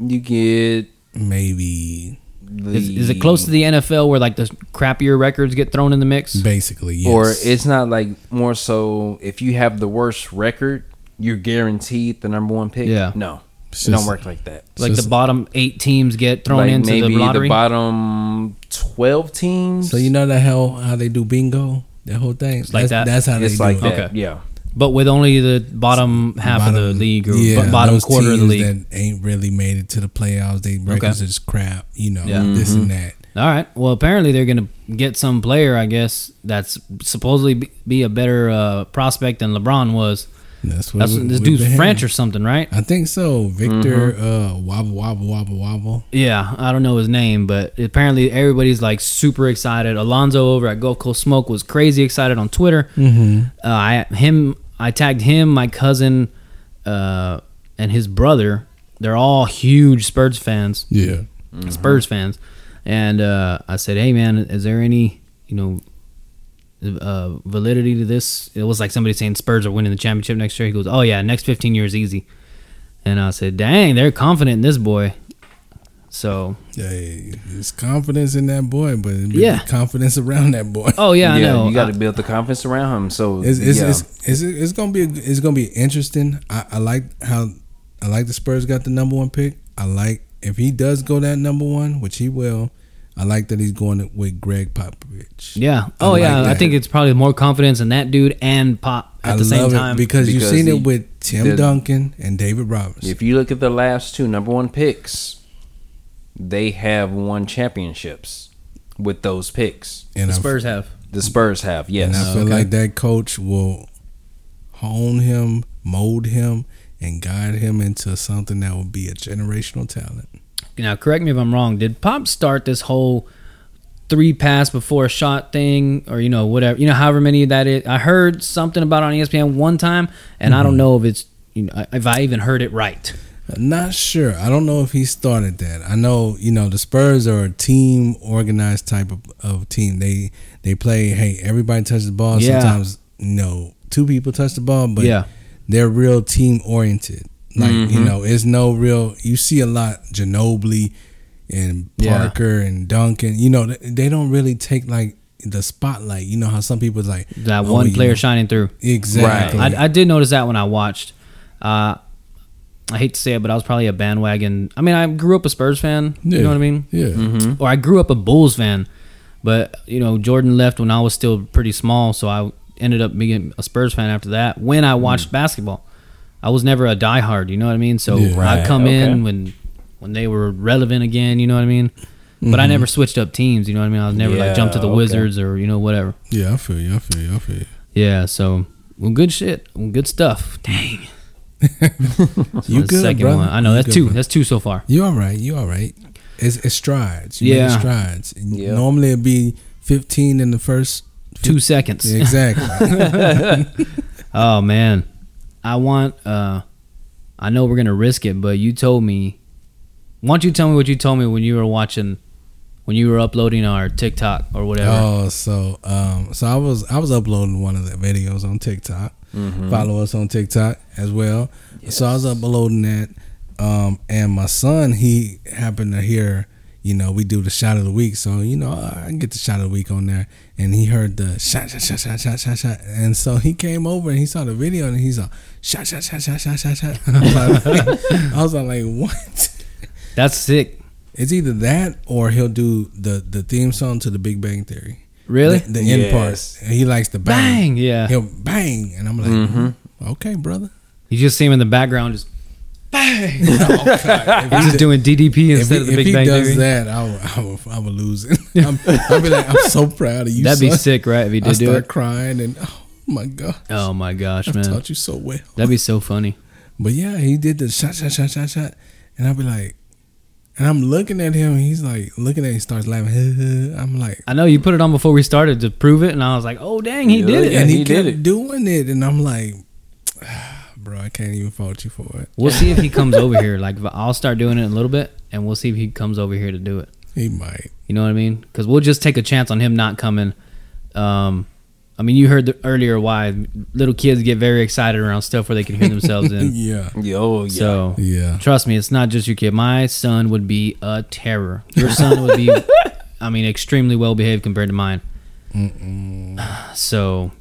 Speaker 3: you get
Speaker 5: Maybe
Speaker 3: the
Speaker 2: Is, is it close to the NFL where like the crappier records get thrown in the mix?
Speaker 5: basically yes.
Speaker 3: or it's not like more so if you have the worst record, you're guaranteed the number one pick.
Speaker 2: Yeah.
Speaker 3: no,
Speaker 5: It's
Speaker 3: it don't
Speaker 5: just-
Speaker 3: work like that.
Speaker 2: Like
Speaker 5: just-
Speaker 2: the bottom eight teams get thrown
Speaker 3: like
Speaker 2: into the
Speaker 3: maybe the,
Speaker 2: lottery.
Speaker 3: bottom twelve teams.
Speaker 5: So you know the hell how they do bingo, that whole thing.
Speaker 2: like
Speaker 5: that's,
Speaker 2: that.
Speaker 5: That's how
Speaker 3: it's
Speaker 5: they
Speaker 3: like
Speaker 5: do it.
Speaker 3: that.
Speaker 2: Okay.
Speaker 3: Yeah,
Speaker 2: but with only the bottom half of the
Speaker 5: Bottom-
Speaker 2: league or b- bottom
Speaker 5: those
Speaker 2: quarter of the
Speaker 5: teams
Speaker 2: league.
Speaker 5: that ain't really made it to the playoffs. They records is crap. You know
Speaker 2: Yeah.
Speaker 5: this
Speaker 3: Mm-hmm.
Speaker 5: and that.
Speaker 2: All right. Well, apparently they're going to get some player, I guess, that's supposedly be- be a better uh, prospect than LeBron was.
Speaker 5: That's what
Speaker 2: That's
Speaker 5: we-
Speaker 2: this
Speaker 5: we've
Speaker 2: dude's
Speaker 5: been
Speaker 2: French or
Speaker 5: hearing.
Speaker 2: something, right?
Speaker 5: I think so. Victor
Speaker 3: Mm-hmm.
Speaker 5: uh, wobble wobble wobble wobble.
Speaker 2: Yeah, I don't know his name, but apparently everybody's like super excited. Alonzo over at Gulf Coast Smoke was crazy excited on Twitter. Mm-hmm. Uh, I him, I tagged him, my cousin, uh, and his brother. They're all huge Spurs fans.
Speaker 5: Yeah.
Speaker 2: Spurs fans, and uh, I said, "Hey, man, is there any you know uh, validity to this?" It was like somebody saying Spurs are winning the championship next year. He goes, "Oh yeah, next 15 years easy." And I said, "Dang, they're confident in this boy." So,
Speaker 5: Hey, there's confidence in that boy, but it'd be
Speaker 2: Yeah.
Speaker 5: confidence around that boy.
Speaker 2: oh yeah, I
Speaker 3: yeah.
Speaker 2: know.
Speaker 3: You got to build the confidence around him. So
Speaker 5: It's it's,
Speaker 3: yeah.
Speaker 5: it's, it's, it's gonna be it's gonna be interesting. I, I like how I like the Spurs got the number one pick. I like if he does go that number one, which he will. I like that he's going with Greg Popovich.
Speaker 2: yeah. Oh
Speaker 5: like
Speaker 2: yeah, I
Speaker 5: that.
Speaker 2: think it's probably more confidence in that dude and Pop at
Speaker 5: I
Speaker 2: the same
Speaker 5: love
Speaker 2: time.
Speaker 5: it because, you've
Speaker 3: Because
Speaker 5: seen
Speaker 3: he
Speaker 5: it with Tim
Speaker 3: did-
Speaker 5: Duncan and David Roberts.
Speaker 3: If you look at the last two number one picks, they have won championships with those picks.
Speaker 5: and
Speaker 2: the
Speaker 5: I-
Speaker 2: Spurs have.
Speaker 3: The Spurs have, yes.
Speaker 5: and I feel like that coach will hone him, mold him, and guide him into something that will be a generational talent.
Speaker 2: Now, correct me if I'm wrong. Did Pop start this whole three pass before a shot thing, or you know, whatever, you know, however many that is? I heard something about it on E ESPN one time, and I don't
Speaker 5: Mm-hmm.
Speaker 2: know if it's you know if I even heard it right.
Speaker 5: I'm not sure. I don't know if he started that. I know, you know, the Spurs are a team organized type of, of team. They they play, hey, everybody touches the ball.
Speaker 2: Yeah.
Speaker 5: Sometimes no two people touch the ball, but
Speaker 2: Yeah. Mm-hmm.
Speaker 5: they're real team oriented. Like, you know, it's no real you see a lot Ginobili and
Speaker 2: Yeah.
Speaker 5: Parker and Duncan. You know, th- they don't really take like the spotlight. You know how some people's like
Speaker 2: That
Speaker 5: one
Speaker 2: one player shining through.
Speaker 5: Oh, Exactly.
Speaker 2: I, I did notice that when I watched. Uh, I hate to say it, but I was probably a bandwagon. I mean, I grew up a Spurs fan. You
Speaker 5: Yeah.
Speaker 2: know what I mean? Mm-hmm.
Speaker 5: yeah.
Speaker 2: or I grew up a Bulls fan, but you know Jordan left when I was still pretty small, so I ended up being a Spurs fan after that. When I
Speaker 5: Hmm.
Speaker 2: watched basketball, I was never a diehard. You know what I mean? So
Speaker 5: Yeah.
Speaker 2: I
Speaker 3: Right,
Speaker 2: come
Speaker 3: okay.
Speaker 2: in when when they were relevant again. You know what I mean? But I
Speaker 5: Mm-hmm.
Speaker 2: never switched up teams. You know what I mean? I was never like jumped to
Speaker 3: Yeah,
Speaker 2: the
Speaker 3: okay.
Speaker 2: Wizards or you know whatever.
Speaker 5: Yeah, I feel you, I feel you, I feel you.
Speaker 2: Yeah. So well, good shit. Well, good stuff. Dang. That's
Speaker 5: You
Speaker 2: the
Speaker 5: good,
Speaker 2: second
Speaker 5: brother?
Speaker 2: one. I know
Speaker 5: You
Speaker 2: that's
Speaker 5: good,
Speaker 2: two.
Speaker 5: brother?
Speaker 2: That's two so far.
Speaker 5: You all right? You all right? It's, it's strides. You yeah,
Speaker 2: Yeah.
Speaker 5: strides. And
Speaker 3: Yeah.
Speaker 5: Normally it'd be fifteen in the first.
Speaker 2: Two seconds.
Speaker 5: Yeah, exactly.
Speaker 2: Oh man, I want. uh I know we're gonna risk it, but you told me. Why don't you tell me what you told me when you were watching, when you were uploading our TikTok or whatever?
Speaker 5: oh, so um, so I was I was uploading one of the videos on TikTok. Follow us on TikTok as well. So I was uploading that, um, and my son he happened to hear. You know, we do the shot of the week, so you know I get the shot of the week on there, and he heard the shot, shot, shot, shot, shot, shot, shot, and so he came over and he saw the video, and he's like, shot, shot, shot, shot, shot, shot, shot. And I was like, I was like, what?
Speaker 2: That's sick.
Speaker 5: It's either that or he'll do the the theme song to The Big Bang Theory.
Speaker 2: Really?
Speaker 5: The, the end
Speaker 3: Yes.
Speaker 5: part. And he likes the bang.
Speaker 2: Bang, yeah.
Speaker 5: He'll bang, and I'm like,
Speaker 3: Mm-hmm.
Speaker 5: "Mm, okay, brother.
Speaker 2: You just see him in the background, just
Speaker 5: If
Speaker 2: he's
Speaker 5: he,
Speaker 2: just doing DDP
Speaker 5: if he,
Speaker 2: instead of the
Speaker 5: if
Speaker 2: Big
Speaker 5: he
Speaker 2: Bang
Speaker 5: does
Speaker 2: Theory. That,
Speaker 5: that, I will, I will, I will lose it. I'm, I'll be like, I'm so proud of you.
Speaker 2: would be
Speaker 5: son.
Speaker 2: sick, right? If he
Speaker 5: I
Speaker 2: did do
Speaker 5: start
Speaker 2: it.
Speaker 5: crying, and oh my god,
Speaker 2: Oh my gosh,
Speaker 5: I
Speaker 2: man,
Speaker 5: taught you so well.
Speaker 2: that'd be so funny.
Speaker 5: But yeah, he did the shot, shot, shot, shot, shot, and I'll be like, and I'm looking at him, and he's like looking at, he starts laughing. I'm like,
Speaker 2: I know you put it on before we started to prove it, and I was like, "Oh dang, he
Speaker 3: Yeah,
Speaker 2: did it!"
Speaker 3: yeah.
Speaker 5: and he,
Speaker 3: he did
Speaker 5: kept
Speaker 3: it.
Speaker 5: doing it, and I'm like, "Ah, bro, I can't even fault you for it.
Speaker 2: We'll see if he comes over here. Like, I'll start doing it in a little bit, and we'll see if he comes over here to do it.
Speaker 5: He might.
Speaker 2: You know what I mean? Because we'll just take a chance on him not coming. Um, I mean, you heard the, earlier why little kids get very excited around stuff where they can hear themselves in.
Speaker 5: Yeah.
Speaker 3: Yo, yeah.
Speaker 2: So
Speaker 5: Yeah.
Speaker 2: trust me, it's not just your kid. My son would be a terror. Your son would be, I mean, extremely well behaved compared to mine. So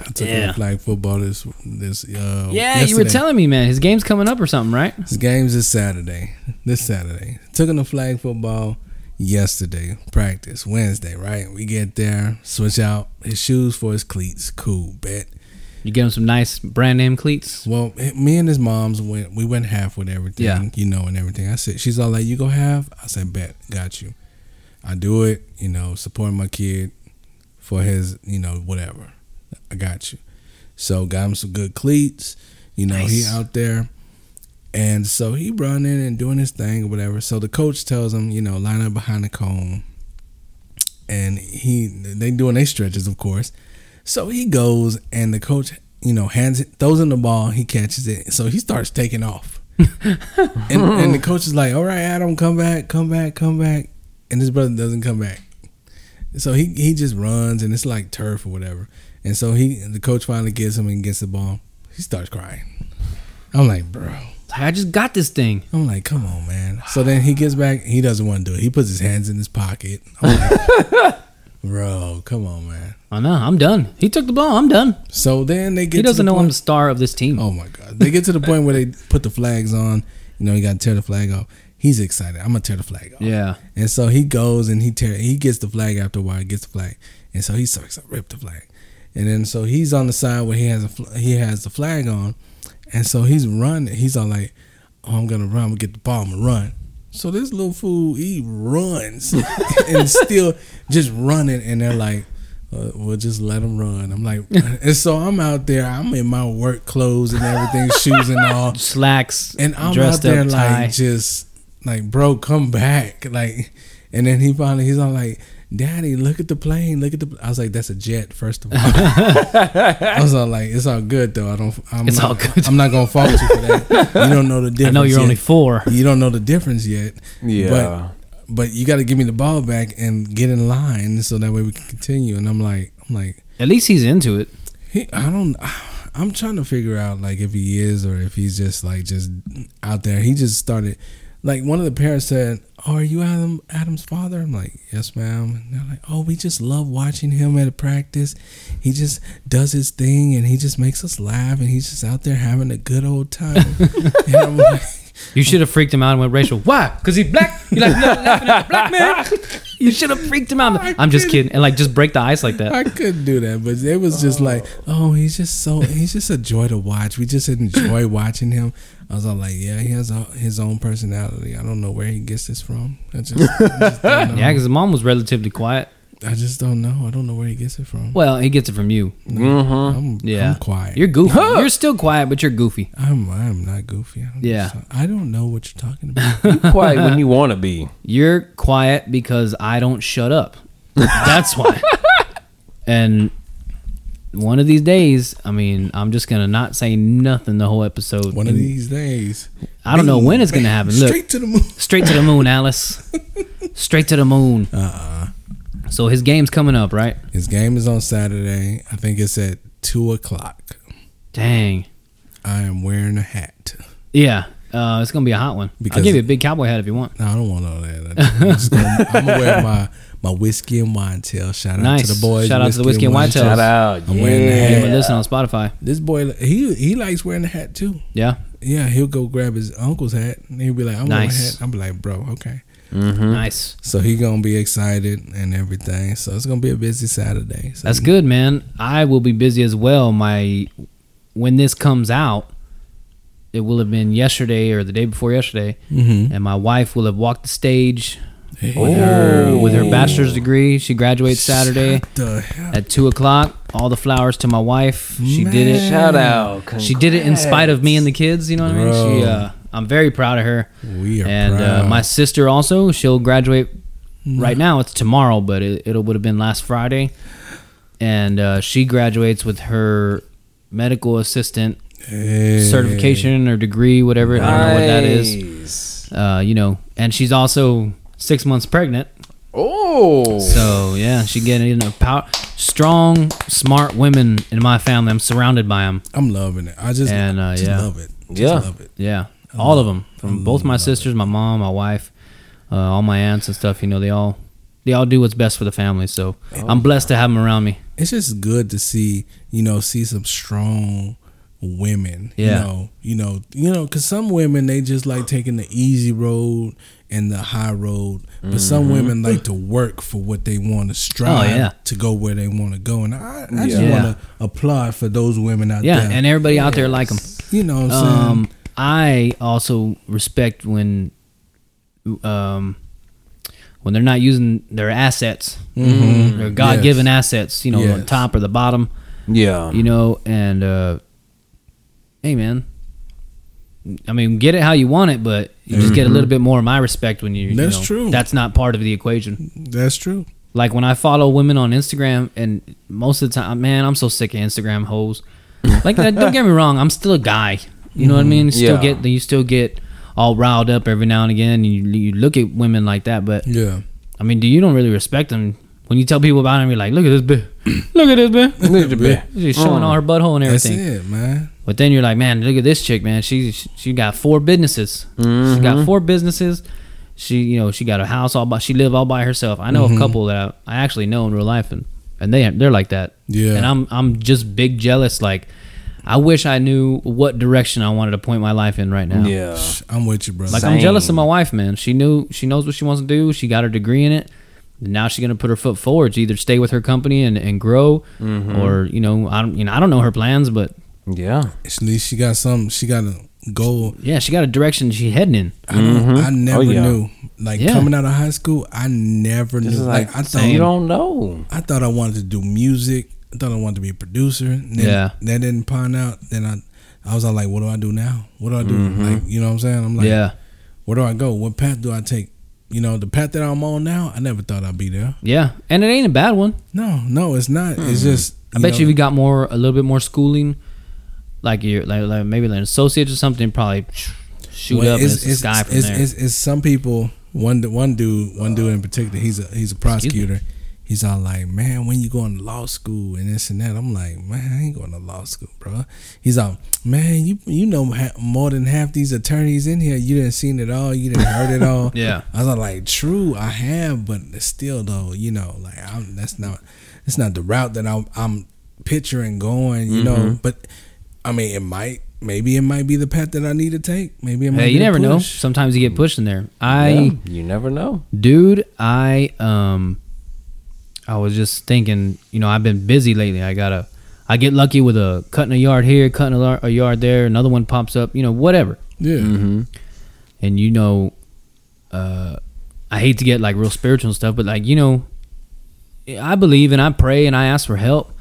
Speaker 5: I took
Speaker 2: Yeah.
Speaker 5: him flag football this this uh
Speaker 2: yeah, you were
Speaker 5: yesterday.
Speaker 2: telling me, man, his game's coming up or something, right?
Speaker 5: This game's this Saturday. This Saturday. Took him to flag football yesterday. Practice Wednesday, right? We get there, switch out his shoes for his cleats. Cool, bet.
Speaker 2: You get him some nice brand name cleats.
Speaker 5: Well, h- me and his mom's went. We went half with everything,
Speaker 2: Yeah.
Speaker 5: you know, and everything. I said, she's all like, "You go half." I said, "Bet, got you." I do it, you know, supporting my kid for his, you know, whatever. I got you. So got him some good cleats, you know.
Speaker 2: Nice.
Speaker 5: He out there, and so he running and doing his thing or whatever. So the coach tells him, you know, line up behind the cone, and he they doing their stretches, of course. So he goes and the coach, you know, hands it, throws him the ball. He catches it. So he starts taking off. and, and the coach is like, all right, Adam, come back, come back, come back. And his brother doesn't come back. So he, he just runs and it's like turf or whatever. And so he the coach finally gets him and gets the ball. He starts crying. I'm like, bro.
Speaker 2: Like, I just got this thing.
Speaker 5: I'm like, come on, man. So then he gets back. He doesn't want to do it. He puts his hands in his pocket. I'm like, bro, come on, man.
Speaker 2: I know. I'm done. He took the ball. I'm done.
Speaker 5: So then they get.
Speaker 2: He
Speaker 5: to
Speaker 2: doesn't
Speaker 5: the
Speaker 2: know
Speaker 5: point-
Speaker 2: I'm the star of this team.
Speaker 5: Oh my god! They get to the point where they put the flags on. You know, you got to tear the flag off. He's excited. I'm gonna tear the flag off.
Speaker 2: Yeah.
Speaker 5: And so he goes and he tear. He gets the flag after a while. He gets the flag, and so he sucks up, rip the flag, and then so he's on the side where he has a fl- he has the flag on, and so he's running. He's all like, "Oh, I'm gonna run. I'm gonna get the ball. I'm gonna run." So this little fool he runs and still just running, and they're like. Uh, we'll just let him run. I'm like, and so I'm out there. I'm in my work clothes and everything, shoes and all
Speaker 2: Slacks.
Speaker 5: and I'm
Speaker 2: dressed
Speaker 5: out there
Speaker 2: up,
Speaker 5: like
Speaker 2: tie.
Speaker 5: just like bro, come back, like. And then he finally he's all like, "Daddy, look at the plane, look at the." pl-" I was like, "That's a jet, first of all." I was all like, "It's all good though. I don't. I'm
Speaker 2: It's
Speaker 5: not,
Speaker 2: all good.
Speaker 5: I'm not gonna fault you for that. You don't know the difference.
Speaker 2: I know you're
Speaker 5: yet.
Speaker 2: only four.
Speaker 5: You don't know the difference yet.
Speaker 3: Yeah.
Speaker 5: But, but you got to give me the ball back and get in line so that way we can continue. And I'm like, I'm like,
Speaker 2: At least he's into it.
Speaker 5: he, I don't. I'm trying to figure out like if he is or if he's just like just out there. He just started. Like one of the parents said, oh, "Are you Adam Adam's father?" I'm like, "Yes, ma'am." And they're like, "Oh, we just love watching him at a practice. He just does his thing and he just makes us laugh and he's just out there having a good old time." and I'm like,
Speaker 2: You should have freaked him out and went racial. Why? Because he's black. You like la- laughing at the black man. You should have freaked him out. I'm just kidding. And like just break the ice like that.
Speaker 5: I couldn't do that, but it was just like, oh, he's just so he's just a joy to watch. We just enjoy watching him. I was all like, yeah, he has a, his own personality. I don't know where he gets this from. I just, I just don't know.
Speaker 2: Yeah, because mom was relatively quiet.
Speaker 5: I just don't know. I don't know where he gets it from.
Speaker 2: Well, he gets it from you.
Speaker 5: I'm,
Speaker 2: Yeah.
Speaker 5: I'm quiet.
Speaker 2: You're goofy. You're still quiet, but you're goofy.
Speaker 5: I'm I'm not goofy. I don't
Speaker 2: Yeah.
Speaker 5: I don't know what you're talking about.
Speaker 3: Quiet when you want to be.
Speaker 2: You're quiet because I don't shut up. That's why. and one of these days, I mean, I'm just gonna not say nothing the whole episode.
Speaker 5: One of
Speaker 2: And
Speaker 5: these days.
Speaker 2: I don't know when it's gonna happen. Look,
Speaker 5: Straight to the moon.
Speaker 2: Straight to the moon, Alice. Straight to the moon.
Speaker 5: Uh-uh.
Speaker 2: So his game's coming up, right?
Speaker 5: His game is on Saturday. I think it's at two o'clock.
Speaker 2: Dang.
Speaker 5: I am wearing a hat.
Speaker 2: Yeah. Uh, it's gonna be a hot one.
Speaker 5: Because-
Speaker 2: I'll give you a big cowboy hat if you want.
Speaker 5: No, I don't want all that. I'm, just gonna, I'm gonna wear my my whiskey and wine tail. Shout out
Speaker 2: Nice.
Speaker 5: to the boys.
Speaker 2: Shout out to the whiskey and wine
Speaker 5: tail.
Speaker 2: tail.
Speaker 3: Shout out.
Speaker 5: I'm
Speaker 3: Yeah.
Speaker 5: wearing the
Speaker 2: Give him a
Speaker 5: hat.
Speaker 2: listen on Spotify.
Speaker 5: This boy, he he likes wearing the hat too.
Speaker 2: Yeah.
Speaker 5: Yeah, he'll go grab his uncle's hat and he'll be like, "I'm wearing a
Speaker 2: Nice.
Speaker 5: hat." I'm like, "Bro, okay."
Speaker 2: Nice.
Speaker 5: So he gonna be excited and everything. So it's gonna be a busy Saturday. So
Speaker 2: That's good, man. I will be busy as well. My when this comes out, it will have been yesterday or the day before yesterday,
Speaker 5: Mhm.
Speaker 2: and my wife will have walked the stage with her
Speaker 5: Oh.
Speaker 2: with her bachelor's degree. She graduates Saturday.
Speaker 5: The hell?
Speaker 2: at two o'clock. All the flowers to my wife. She did it.
Speaker 3: Shout out.
Speaker 2: She did it in spite of me and the kids. You know what I mean? She.
Speaker 5: Bro.
Speaker 2: Uh, I'm very proud of her.
Speaker 5: We are
Speaker 2: and
Speaker 5: proud. Mm.
Speaker 2: Uh, my sister also. She'll graduate. Right now it's tomorrow, but it, it would have been last Friday. And uh, she graduates with her medical assistant
Speaker 5: Hey.
Speaker 2: certification or degree, whatever. I don't know what that is.
Speaker 3: Nice.
Speaker 2: Uh, you know, and she's also six months pregnant.
Speaker 3: Oh,
Speaker 2: So yeah, she getting a power, strong, smart women in my family. I'm surrounded by them.
Speaker 5: I'm loving it. I just,
Speaker 2: And, uh,
Speaker 5: just
Speaker 2: yeah.
Speaker 5: love it. Just
Speaker 3: Yeah.
Speaker 5: love it.
Speaker 2: Yeah,
Speaker 5: Oh,
Speaker 2: all of them from both my sisters, my mom, my wife, uh, all my aunts and stuff. You know, they all they all do what's best for the family. So
Speaker 5: Oh.
Speaker 2: I'm blessed to have them around me.
Speaker 5: It's just good to see, you know, see some strong women.
Speaker 2: Yeah.
Speaker 5: You know, you know, you know, because some women they just like taking the easy road and the high road, but some women like to work for what they want to strive
Speaker 2: Mm-hmm. Oh, yeah.
Speaker 5: to go where they want to go, and I, I just
Speaker 2: Yeah.
Speaker 5: want to applaud for those women out
Speaker 2: Yeah,
Speaker 5: there.
Speaker 2: and everybody out there like them.
Speaker 5: you know, what I'm saying?
Speaker 2: Um, I also respect when, um, when they're not using their assets, their God-given assets. You know, the
Speaker 5: Mm-hmm. Yes.
Speaker 2: top or the bottom.
Speaker 3: yeah,
Speaker 2: you know and uh hey man i mean get it how you want it but you just get a little bit more of my respect when you you
Speaker 5: Mm-hmm. That's
Speaker 2: know,
Speaker 5: true.
Speaker 2: that's not part of the equation
Speaker 5: that's true.
Speaker 2: like when i follow women on instagram and most of the time man i'm so sick of instagram hoes like that, don't get me wrong i'm still a guy you know
Speaker 5: Mm-hmm.
Speaker 2: what i mean you still
Speaker 3: Yeah.
Speaker 2: get you still get all riled up every now and again and you, you look at women like that but
Speaker 5: Yeah,
Speaker 2: i mean do you don't really respect them when you tell people about them you're like look at this bitch look at this bitch
Speaker 3: Look at that.
Speaker 2: she's showing all her butthole and
Speaker 5: Mm. that's
Speaker 2: everything
Speaker 5: it, man.
Speaker 2: but then you're like, man, look at this chick, man. She she got four businesses. She
Speaker 3: Mm-hmm.
Speaker 2: got four businesses. She you know she got a house all by. She live all by herself. I know
Speaker 3: Mm-hmm.
Speaker 2: a couple that I, I actually know in real life, and and they they're like that.
Speaker 5: Yeah.
Speaker 2: And I'm I'm just big jealous. Like, I wish I knew what direction I wanted to point my life in right now.
Speaker 3: yeah.
Speaker 5: I'm with you, brother.
Speaker 2: Like
Speaker 3: Same.
Speaker 2: I'm jealous of my wife, man. She knew she knows what she wants to do. She got her degree in it. Now she's gonna put her foot forward. She either stay with her company and, and grow,
Speaker 3: Mm-hmm.
Speaker 2: or you know I don't you know I don't know her plans, but
Speaker 3: Yeah.
Speaker 5: At least she got some. She got a goal.
Speaker 2: yeah, she got a direction she heading in.
Speaker 5: I, don't I never
Speaker 3: yeah.
Speaker 5: knew. Like
Speaker 2: Mm-hmm. Oh, Yeah.
Speaker 5: coming out of high school, I never knew.
Speaker 3: It's
Speaker 5: Like,
Speaker 3: like,
Speaker 5: I thought,
Speaker 3: you don't know.
Speaker 5: I thought I wanted to do music. I thought I wanted to be a producer. And then,
Speaker 2: Yeah.
Speaker 5: That didn't pan out. Then I, I was all like, what do I do now? What do I do? Like, you know what I'm saying? I'm like,
Speaker 2: Mm-hmm. yeah,
Speaker 5: where do I go? What path do I take? You know, the path that I'm on now, I never thought I'd be there.
Speaker 2: yeah, and it ain't a bad one.
Speaker 5: No, no, it's not. It's just.
Speaker 2: Mm-hmm. I bet you if you got more, a little bit more schooling, like you're like, like maybe like an associate or something, probably shoot
Speaker 5: Well,
Speaker 2: up and it's, the sky from
Speaker 5: it's,
Speaker 2: there.
Speaker 5: It's, it's some people. One one dude, one dude in particular. He's a he's a prosecutor. He's all like, man, when you going to law school and this and that. I'm like, man, I ain't going to law school, bro. He's all, man, you you know ha- more than half these attorneys in here. You didn't seen it all. You didn't heard it all.
Speaker 2: Yeah.
Speaker 5: I was all like, true, I have, but still though, you know, like I'm, that's not that's not the route that I'm I'm picturing going. You
Speaker 3: Mm-hmm.
Speaker 5: know, but I mean, it might. Maybe it might be the path that I need to take. Maybe it might
Speaker 2: hey,
Speaker 5: be
Speaker 2: you
Speaker 5: the
Speaker 2: never know.
Speaker 5: push. Mm.
Speaker 2: Sometimes you get pushed in there. I,
Speaker 3: Yeah. You never know.
Speaker 2: dude, I um, I was just thinking, you know, I've been busy lately. I gotta, I get lucky with a cutting a yard here, cutting a, lar- a yard there. Another one pops up, you know, whatever.
Speaker 5: Yeah.
Speaker 3: Mm-hmm.
Speaker 2: and you know uh i hate to get like real spiritual and stuff but like you know i believe and i pray and i ask for help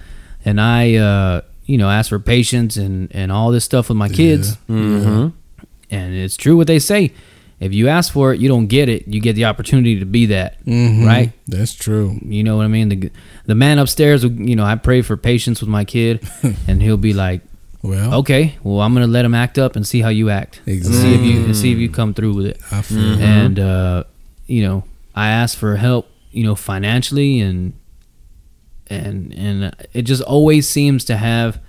Speaker 2: and i uh you know ask for patience and and all this stuff with my kids and it's true what they say if you ask for it you don't get it you get the opportunity to be that right
Speaker 5: That's true.
Speaker 2: you know what i mean the the man upstairs you know i pray for patience with my kid and he'll be like
Speaker 5: Well,
Speaker 2: okay well i'm gonna let him act up and see how you act and see if you and see if you come through with it
Speaker 5: I feel
Speaker 3: Mm-hmm.
Speaker 2: and uh, you know I asked for help, you know, financially and and and it just always seems to have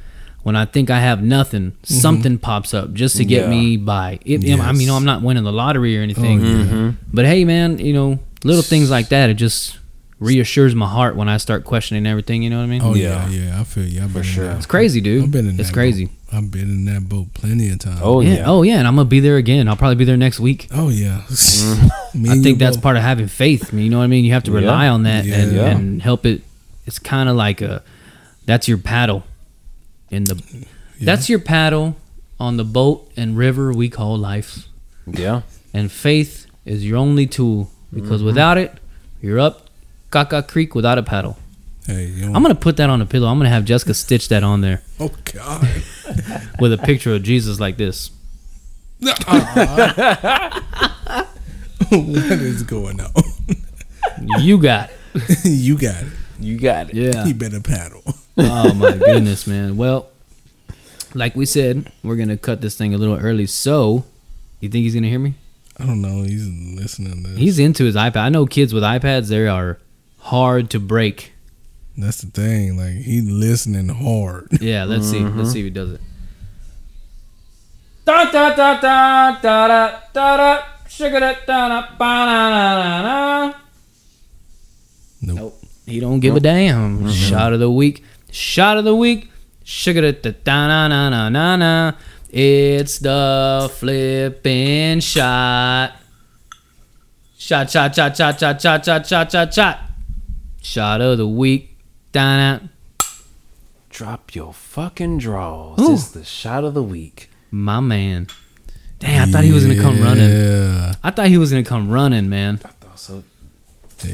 Speaker 2: when I think I have nothing,
Speaker 5: Mm-hmm.
Speaker 2: something pops up just to get
Speaker 3: Yeah.
Speaker 2: me by. It, I
Speaker 5: Yes. Oh,
Speaker 2: mean, I'm not winning the lottery or anything,
Speaker 5: yeah.
Speaker 2: but hey, man, you know, little things like that. It just reassures my heart when I start questioning everything. You know what I mean?
Speaker 5: Oh yeah,
Speaker 3: Yeah.
Speaker 5: yeah. I feel you. I've been
Speaker 3: sure.
Speaker 5: In that.
Speaker 2: It's crazy, dude.
Speaker 5: I've been in.
Speaker 2: it's
Speaker 5: that
Speaker 2: crazy.
Speaker 5: Boat. I've been in that boat plenty of times.
Speaker 3: Oh
Speaker 2: yeah.
Speaker 3: yeah.
Speaker 2: Oh yeah, and I'm gonna be there again. I'll probably be there next week.
Speaker 5: Oh yeah.
Speaker 3: Mm-hmm.
Speaker 5: Me
Speaker 2: I
Speaker 5: and
Speaker 2: think
Speaker 5: you
Speaker 2: that's
Speaker 5: both.
Speaker 2: part of having faith. You know what I mean? You have to
Speaker 3: Yeah.
Speaker 2: rely on that and,
Speaker 5: Yeah.
Speaker 2: and help it. It's kind of like a that's your paddle in the that's your paddle on the boat and river we call life.
Speaker 3: Yeah.
Speaker 2: And faith is your only tool because without it, you're up Caca Creek without a paddle.
Speaker 5: Hey, you
Speaker 2: I'm gonna put that on a pillow. I'm gonna have Jessica stitch that on there
Speaker 5: oh God.
Speaker 2: with a picture of Jesus like this.
Speaker 5: what is going on?
Speaker 2: You got it.
Speaker 5: you got it.
Speaker 3: You got it.
Speaker 2: Yeah.
Speaker 5: You better paddle.
Speaker 2: oh my goodness, man. Well, like we said, we're gonna cut this thing a little early. So, you think he's gonna hear me?
Speaker 5: I don't know. He's listening. To this.
Speaker 2: He's into his iPad. I know kids with iPads, they are hard to break.
Speaker 5: That's the thing. Like he listening hard.
Speaker 2: Yeah, let's see. Let's see if he does it.
Speaker 3: Da da da da da da da da sugar da da da ba da da da da.
Speaker 5: Nope. Mm-hmm.
Speaker 2: He don't give a damn. Shot of the week. Shot of the week. Sugar da da na na na na na. It's the flipping shot. Shot shot shot shot shot shot shot shot shot shot. Shot of the week. Da na.
Speaker 3: Drop your fucking draws.
Speaker 2: Ooh.
Speaker 3: It's the shot of the week.
Speaker 2: My man. Damn, I thought he was gonna come running.
Speaker 5: Yeah.
Speaker 2: I thought he was gonna come running, man.
Speaker 3: Also,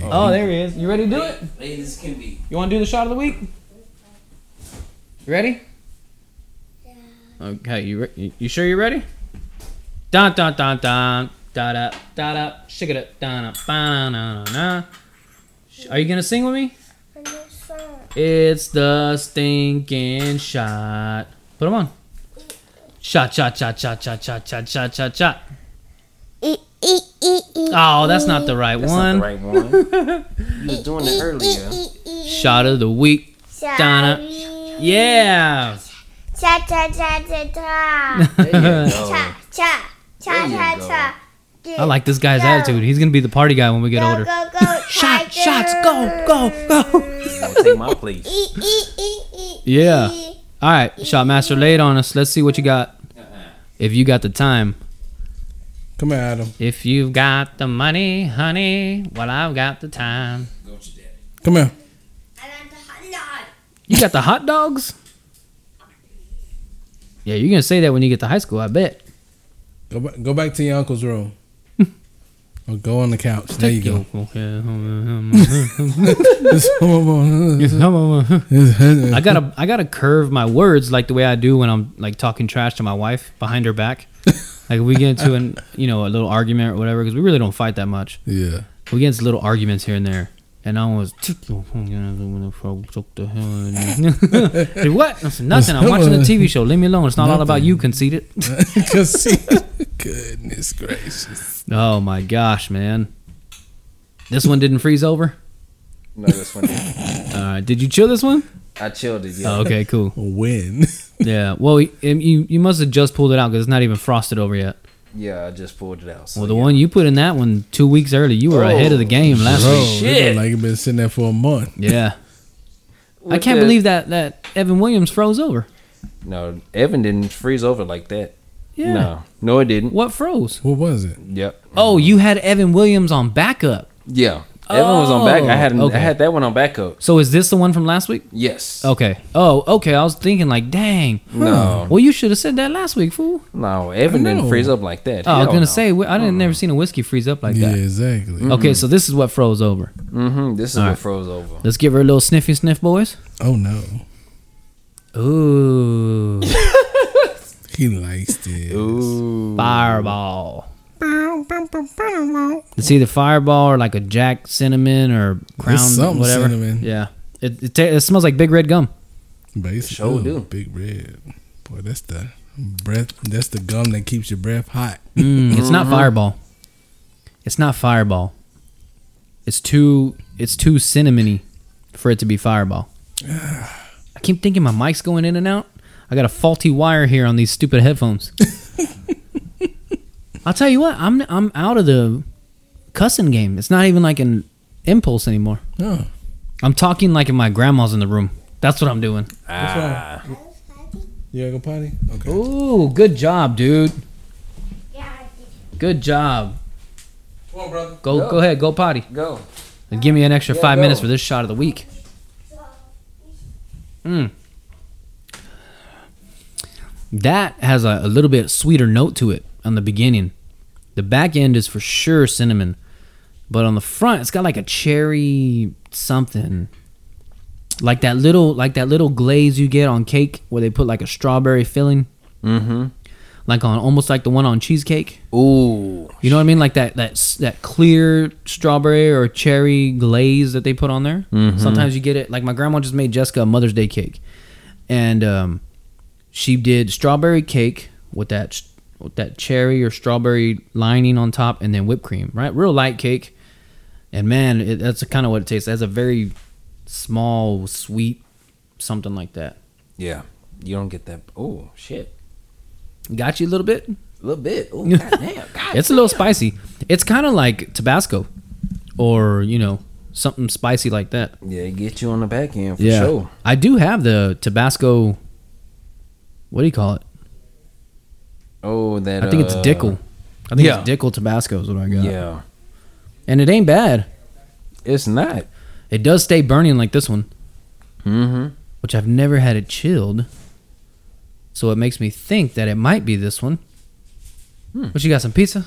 Speaker 2: Oh, there he is. You ready to do it?
Speaker 3: this can be.
Speaker 2: You want to do the shot of the week? You ready? Okay, you re- you- you sure you ready? Dun dun dun dun da da da da shake it da da ba na na na. Sh- Are you gonna sing with me?
Speaker 4: And it's fun.
Speaker 2: It's the stinking shot. Put 'em on. Shot shot shot shot shot shot shot shot shot shot.
Speaker 4: Eat, eat, eat, eat,
Speaker 2: Oh, that's not the right
Speaker 3: That's
Speaker 2: one.
Speaker 3: not the right one. you was doing it earlier.
Speaker 4: eat, eat, eat.
Speaker 2: Shot of the week. Donna.
Speaker 4: Sorry.
Speaker 2: Yeah.
Speaker 4: Cha cha cha cha cha.
Speaker 3: There you go.
Speaker 4: Cha cha cha
Speaker 3: There you
Speaker 4: cha
Speaker 3: go.
Speaker 4: cha. Dude,
Speaker 2: I like this guy's
Speaker 4: Go.
Speaker 2: attitude. He's gonna be the party guy when we get
Speaker 4: go,
Speaker 2: older.
Speaker 4: Go, go,
Speaker 2: Shot,
Speaker 4: tiger.
Speaker 2: shots, go, go, go.
Speaker 3: I'll take my place.
Speaker 4: Eat, eat, eat, eat.
Speaker 2: Yeah.
Speaker 4: eat.
Speaker 2: All right, Shotmaster, lay it on us. Let's see what you got.
Speaker 5: Uh-huh.
Speaker 2: If you got the time,
Speaker 5: Come here, Adam.
Speaker 2: if you've got the money, honey, well, I've got the time.
Speaker 5: Come here.
Speaker 4: I like the hot dog.
Speaker 2: You got the hot dogs? Yeah, you're gonna say that when you get to high school, I bet.
Speaker 5: Go back. Go back to your uncle's room. or go on the couch. There you go.
Speaker 2: I gotta, I gotta curve my words like the way I do when I'm like talking trash to my wife behind her back. Like if we get into an, you know, a little argument or whatever, because we really don't fight that much.
Speaker 5: yeah.
Speaker 2: we get into little arguments here and there. And I was Dude, what? I said, Nothing. I'm watching the TV show. Leave me alone. It's not all about you, conceited.
Speaker 5: Cause see, goodness gracious.
Speaker 2: Oh my gosh, man. This one didn't freeze over.
Speaker 3: No, this one.
Speaker 2: All right. Did you chill this one?
Speaker 3: I chilled it. Yeah.
Speaker 2: Oh, okay, cool.
Speaker 5: Win.
Speaker 2: Yeah. Well, y- and you you must have just pulled it out because it's not even frosted over yet.
Speaker 3: Yeah, I just pulled it out. So
Speaker 2: Well, the one you put in that one two weeks early, you were ahead of the game last
Speaker 3: Oh.
Speaker 2: week.
Speaker 5: Shit. Like you been sitting there for a month.
Speaker 2: Yeah. I
Speaker 3: With
Speaker 2: can't
Speaker 3: the-
Speaker 2: believe that that Evan Williams froze over.
Speaker 3: No, Evan didn't freeze over like that.
Speaker 2: Yeah.
Speaker 3: No, no, it didn't.
Speaker 2: What froze?
Speaker 5: What was it?
Speaker 3: Yep.
Speaker 2: Oh, you had Evan Williams on backup.
Speaker 3: Yeah. Evan was on back. I had
Speaker 2: Oh, okay.
Speaker 3: I had that one on backup.
Speaker 2: So is this the one from last week?
Speaker 3: Yes.
Speaker 2: Okay. Oh, okay. I was thinking like, dang.
Speaker 3: No.
Speaker 2: Well, you should have said that last week, fool.
Speaker 3: No, Evan didn't
Speaker 5: No.
Speaker 3: freeze up like that.
Speaker 2: Oh, I was
Speaker 3: Hell
Speaker 2: gonna
Speaker 3: no.
Speaker 2: say wh- I didn't never seen a whiskey freeze up like
Speaker 5: Yeah,
Speaker 2: that. Mm-hmm.
Speaker 5: exactly.
Speaker 2: Okay, so this is what froze over.
Speaker 3: Mm-hmm, this is what
Speaker 2: right.
Speaker 3: froze over.
Speaker 2: Let's give her a little sniffy sniff, boys.
Speaker 5: Oh no,
Speaker 2: Ooh,
Speaker 5: he likes this.
Speaker 3: Ooh.
Speaker 2: fireball. It's either fireball or like a Jack cinnamon or crown
Speaker 5: something
Speaker 2: whatever.
Speaker 5: cinnamon.
Speaker 2: Yeah, it, it, ta- it smells like big red gum.
Speaker 5: Basically,
Speaker 3: Sure
Speaker 5: oh,
Speaker 3: do.
Speaker 5: big red. Boy, that's the breath. That's the gum that keeps your breath hot.
Speaker 2: Mm, it's
Speaker 5: Mm-hmm.
Speaker 2: not fireball. It's not fireball. It's too it's too cinnamony for it to be fireball. I keep thinking my mic's going in and out. I got a faulty wire here on these stupid headphones. I'll tell you what, I'm I'm out of the cussing game. It's not even like an impulse anymore.
Speaker 5: Oh,
Speaker 2: I'm talking like if my grandma's in the room. That's what I'm doing.
Speaker 5: ah. you gotta go potty. Okay.
Speaker 2: Ooh, good job, dude.
Speaker 4: Yeah.
Speaker 2: Good job.
Speaker 5: Come on, brother.
Speaker 2: Go go ahead, go potty.
Speaker 3: Go.
Speaker 2: And give me an extra
Speaker 3: Yeah,
Speaker 2: five
Speaker 3: go.
Speaker 2: minutes for this shot of the week. Mm. That has a, a little bit sweeter note to it on the beginning. The back end is for sure cinnamon, but on the front it's got like a cherry something, like that little like that little glaze you get on cake where they put like a strawberry filling,
Speaker 3: Mm-hmm.
Speaker 2: like on almost like the one on cheesecake.
Speaker 3: Ooh.
Speaker 2: You know what I mean? Like that that s- that clear strawberry or cherry glaze that they put on there. Sometimes you get it. Like my grandma just made Jessica a Mother's Day cake, and um, she did strawberry cake with that sh- that cherry or strawberry lining on top, and then whipped cream. Right, real light cake. And man, it, that's kind of what it tastes. It has a very small, sweet, something like that.
Speaker 3: Yeah, you don't get that. Oh shit,
Speaker 2: Got you a little bit.
Speaker 3: a little bit. Oh goddamn, God.
Speaker 2: It's a little spicy. It's kind of like Tabasco, or you know something spicy like that.
Speaker 3: Yeah, it get you on the back end for sure.
Speaker 2: I do have the Tabasco. What do you call it?
Speaker 3: Oh, that.
Speaker 2: I think it's
Speaker 3: uh,
Speaker 2: Dickel. I think
Speaker 3: yeah.
Speaker 2: it's Dickel Tabasco is what I got.
Speaker 3: Yeah,
Speaker 2: and it ain't bad.
Speaker 3: it's not.
Speaker 2: It does stay burning like this one,
Speaker 3: Mm-hmm.
Speaker 2: which I've never had it chilled. So it makes me think that it might be this one.
Speaker 3: Hmm.
Speaker 2: But you got some pizza?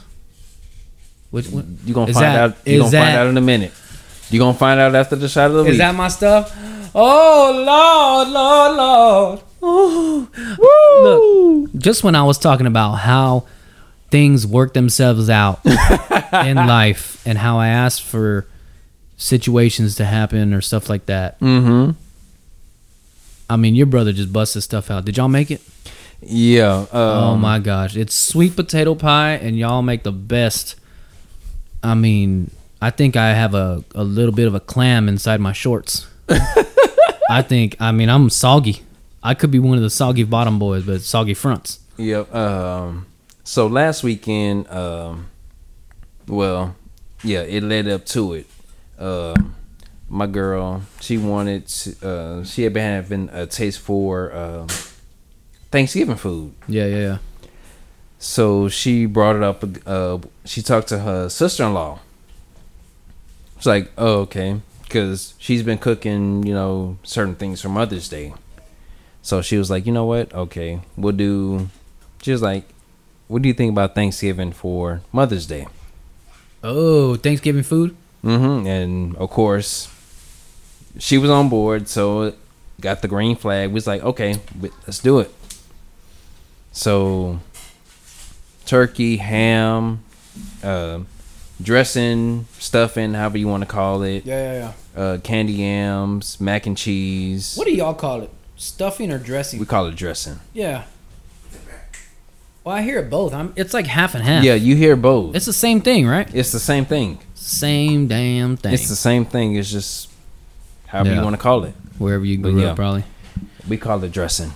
Speaker 2: Which one?
Speaker 3: You gonna
Speaker 2: Is
Speaker 3: find
Speaker 2: that-
Speaker 3: out. You
Speaker 2: is
Speaker 3: gonna find
Speaker 2: that-
Speaker 3: out in a minute. You gonna find out after the shot of the week.
Speaker 2: Is that my stuff? Oh Lord, Lord, Lord. Ooh. Look, just when I was talking about how things work themselves out in life and how I asked for situations to happen or stuff like that.
Speaker 3: mm-hmm.
Speaker 2: I mean, your brother just busted stuff out. Did y'all make it?
Speaker 3: Yeah. Um,
Speaker 2: oh my gosh. It's sweet potato pie and y'all make the best. I mean, I think I have a, a little bit of a clam inside my shorts. I think I mean I'm soggy. I could be one of the soggy bottom boys, but soggy fronts.
Speaker 3: Yep. Um, so last weekend, um, well, yeah, it led up to it. Um, my girl, she wanted, to, uh, she had been having a taste for um, Thanksgiving food.
Speaker 2: Yeah, yeah, yeah.
Speaker 3: So she brought it up. Uh, she talked to her sister in law. It's like, oh, okay, because she's been cooking, you know, certain things for Mother's Day. So she was like, you know what? Okay, we'll do. She was like, what do you think about Thanksgiving for Mother's Day?
Speaker 2: Oh, Thanksgiving food?
Speaker 3: hmm And of course, she was on board, so got the green flag. We was like, okay, but let's do it. So, turkey, ham, uh, dressing, stuffing, however you want to call it,
Speaker 2: Yeah, yeah, yeah.
Speaker 3: uh, candy yams, mac and cheese.
Speaker 2: do y'all call it? Stuffing or dressing?
Speaker 3: we call it dressing.
Speaker 2: yeah. Well, I hear it both. I'm, it's like half and half.
Speaker 3: Yeah, you hear both.
Speaker 2: It's
Speaker 3: It's,
Speaker 2: the same thing, right?
Speaker 3: the same thing.
Speaker 2: Same damn thing.
Speaker 3: It's the same thing. It's just however
Speaker 2: Yeah.
Speaker 3: you want to call it.
Speaker 2: Wherever you
Speaker 3: But
Speaker 2: grew
Speaker 3: yeah.
Speaker 2: up, probably.
Speaker 3: We call it dressing.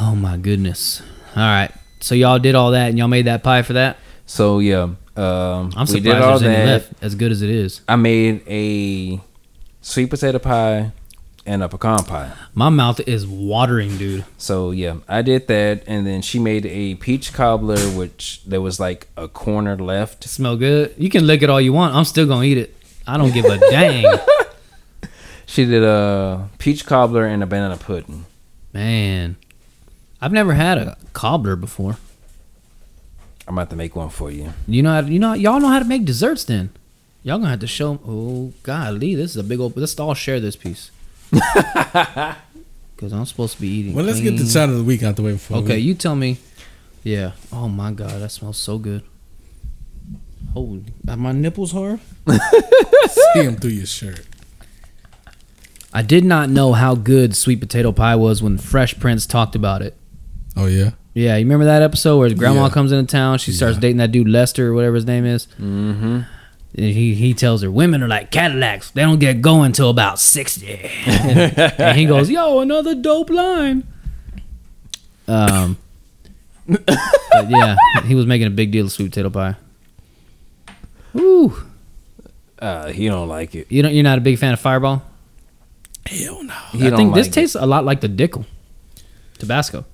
Speaker 2: Oh my goodness! All right, so y'all did all that and y'all made that pie for that.
Speaker 3: So yeah, um,
Speaker 2: I'm
Speaker 3: we
Speaker 2: surprised
Speaker 3: did all
Speaker 2: there's any
Speaker 3: that.
Speaker 2: left, as good as it is.
Speaker 3: I made a sweet potato pie and a pecan pie.
Speaker 2: My mouth is watering, dude.
Speaker 3: So yeah, I did that, and then she made a peach cobbler, which there was like a corner left.
Speaker 2: Smell good. You can lick it all you want. I'm still gonna eat it. I don't give a dang,
Speaker 3: She did a peach cobbler and a banana pudding.
Speaker 2: man. I've never had a cobbler before.
Speaker 3: I'm about to make one for you.
Speaker 2: You know, how you know, y'all know how to make desserts. Then y'all gonna have to show. Oh golly, this is a big old. Let's all share this piece. Because I'm supposed to be eating.
Speaker 5: Well, let's get the
Speaker 2: clean.
Speaker 5: shot of the week out the way before.
Speaker 2: Mm. Okay,
Speaker 5: we-
Speaker 2: you tell me. Yeah. Oh my god, that smells so good. Holy, are my nipples hard?
Speaker 5: see him through your shirt.
Speaker 2: I did not know how good sweet potato pie was when Fresh Prince talked about it.
Speaker 5: Oh yeah.
Speaker 2: Yeah, you remember that episode where his grandma
Speaker 5: Yeah.
Speaker 2: comes into town, she starts
Speaker 5: Yeah.
Speaker 2: dating that dude Lester or whatever his name is. Mm-hmm. And he, he tells her, women are like Cadillacs. They don't get going till about 60. and he goes, yo, another dope line. Um, but yeah, he was making a big deal of sweet potato pie. Ooh,
Speaker 3: Uh, he don't like it.
Speaker 2: you don't, you're not a big fan of Fireball?
Speaker 5: Hell no.
Speaker 3: He
Speaker 2: I
Speaker 3: don't
Speaker 2: think this
Speaker 3: like it.
Speaker 2: tastes a lot like the Dickel, Tabasco.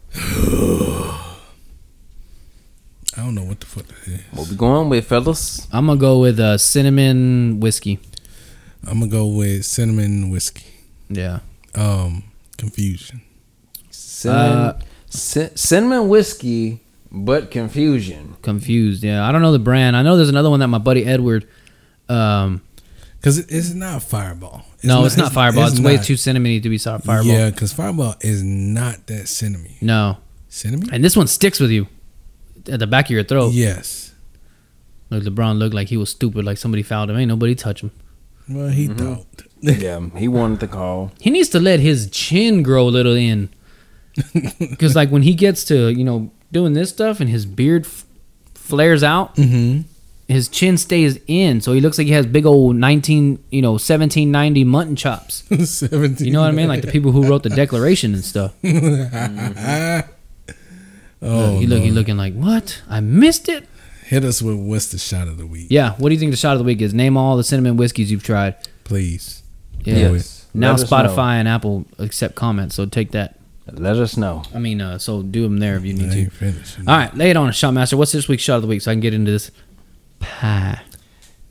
Speaker 5: I don't know what the fuck that is.
Speaker 3: What we going with, fellas?
Speaker 2: I'm gonna go with uh, cinnamon whiskey.
Speaker 5: I'm gonna go with cinnamon whiskey.
Speaker 2: Yeah,
Speaker 5: Um, confusion.
Speaker 3: Cinnamon,
Speaker 2: Uh,
Speaker 3: cin- cinnamon whiskey, but confusion.
Speaker 2: confused. Yeah, I don't know the brand. I know there's another one that my buddy Edward. Um,
Speaker 5: Cause it- it's not fireball.
Speaker 2: no, it's not Fireball. It's, way
Speaker 5: not-
Speaker 2: too cinnamony to be so- Fireball.
Speaker 5: Yeah, cause fireball is not that cinnamon.
Speaker 2: No,
Speaker 5: Cinnamon?
Speaker 2: and this one sticks with you at the back of your throat.
Speaker 5: Yes.
Speaker 2: Look, LeBron looked like he was stupid, like somebody fouled him. Ain't nobody touch him.
Speaker 5: Well, he thought.
Speaker 3: Yeah, he wanted the call.
Speaker 2: He needs to let his chin grow a little in, because like when he gets to you know doing this stuff and his beard f- flares out.
Speaker 5: Mm-hmm.
Speaker 2: His chin stays in, so he looks like he has big old nineteen, you know, seventeen ninety mutton chops.
Speaker 5: 17.
Speaker 2: You know what I mean? Like the people who wrote the Declaration and stuff.
Speaker 5: oh,
Speaker 2: you look, you
Speaker 5: Lord.
Speaker 2: looking like what? I missed it.
Speaker 5: hit us with what's the shot of the week,
Speaker 2: Yeah. What do you think the shot of the week is? Name all the cinnamon whiskeys you've tried.
Speaker 5: please.
Speaker 2: Yeah.
Speaker 5: Yes.
Speaker 2: Now
Speaker 3: Let us
Speaker 2: Spotify and Apple accept comments, so take that.
Speaker 3: know. Let us know.
Speaker 2: I mean, uh, so do them there if you need
Speaker 5: I
Speaker 2: to.
Speaker 5: ain't finished.
Speaker 2: All right, lay it on, shot master. What's this week's shot of the week? So I can get into this pie.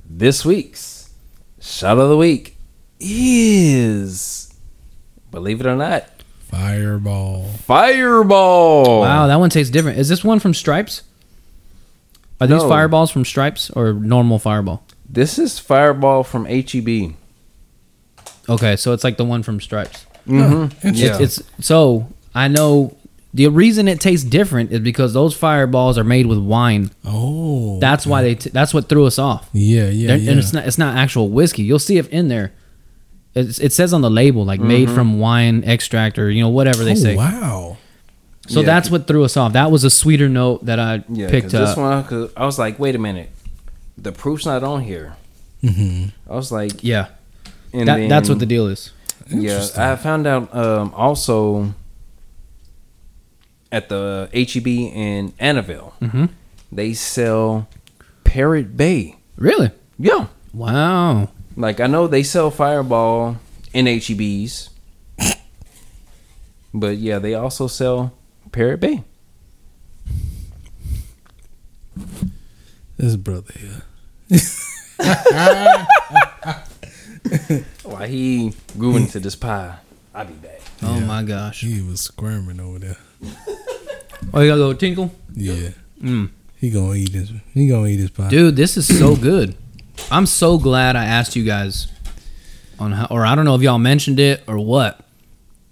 Speaker 3: This week's shot of the week is, believe it or not,
Speaker 5: Fireball.
Speaker 3: Fireball.
Speaker 2: Wow, that one tastes different. Is this one from Stripes? Are these
Speaker 3: No.
Speaker 2: fireballs from Stripes or normal fireball?
Speaker 3: This is Fireball from E HEB.
Speaker 2: Okay, so it's like the one from Stripes.
Speaker 3: Mm-hmm. Yeah.
Speaker 2: It's, it's so I know the reason it tastes different is because those fireballs are made with wine.
Speaker 5: Oh,
Speaker 2: That's why they. T- that's what threw us off.
Speaker 5: yeah, yeah,
Speaker 2: They're-
Speaker 5: yeah.
Speaker 2: and it's not it's not actual whiskey. You'll see if in there. It's, it says on the label like made
Speaker 3: Mm-hmm.
Speaker 2: from wine extract or you know whatever they
Speaker 5: oh,
Speaker 2: say.
Speaker 5: wow.
Speaker 2: So
Speaker 3: Yeah.
Speaker 2: that's what threw us off. That was a sweeter note that I
Speaker 3: yeah, 'cause
Speaker 2: picked
Speaker 3: this
Speaker 2: up.
Speaker 3: one, cause I was like, wait a minute, the proof's not on here.
Speaker 5: Mm-hmm.
Speaker 3: I was like,
Speaker 2: yeah,
Speaker 3: and
Speaker 2: that,
Speaker 3: then-
Speaker 2: that's what the deal is.
Speaker 3: Yeah, I found out um, also at the HEB in Annabelle,
Speaker 2: Mhm.
Speaker 3: they sell Parrot Bay.
Speaker 2: Really?
Speaker 3: Yeah,
Speaker 2: Wow.
Speaker 3: like I know they sell Fireball in HEBs, but yeah, they also sell Parrot Bay.
Speaker 5: This brother here.
Speaker 3: Why he grew into this pie? I'll be back.
Speaker 2: Oh my gosh.
Speaker 5: He was squirming over there.
Speaker 2: Oh, you got a little tinkle,
Speaker 5: Yeah.
Speaker 2: Mm.
Speaker 5: He gonna eat his. He gonna eat his pie.
Speaker 2: dude. This is so good. I'm so glad I asked you guys on how, or I don't know if y'all mentioned it or what,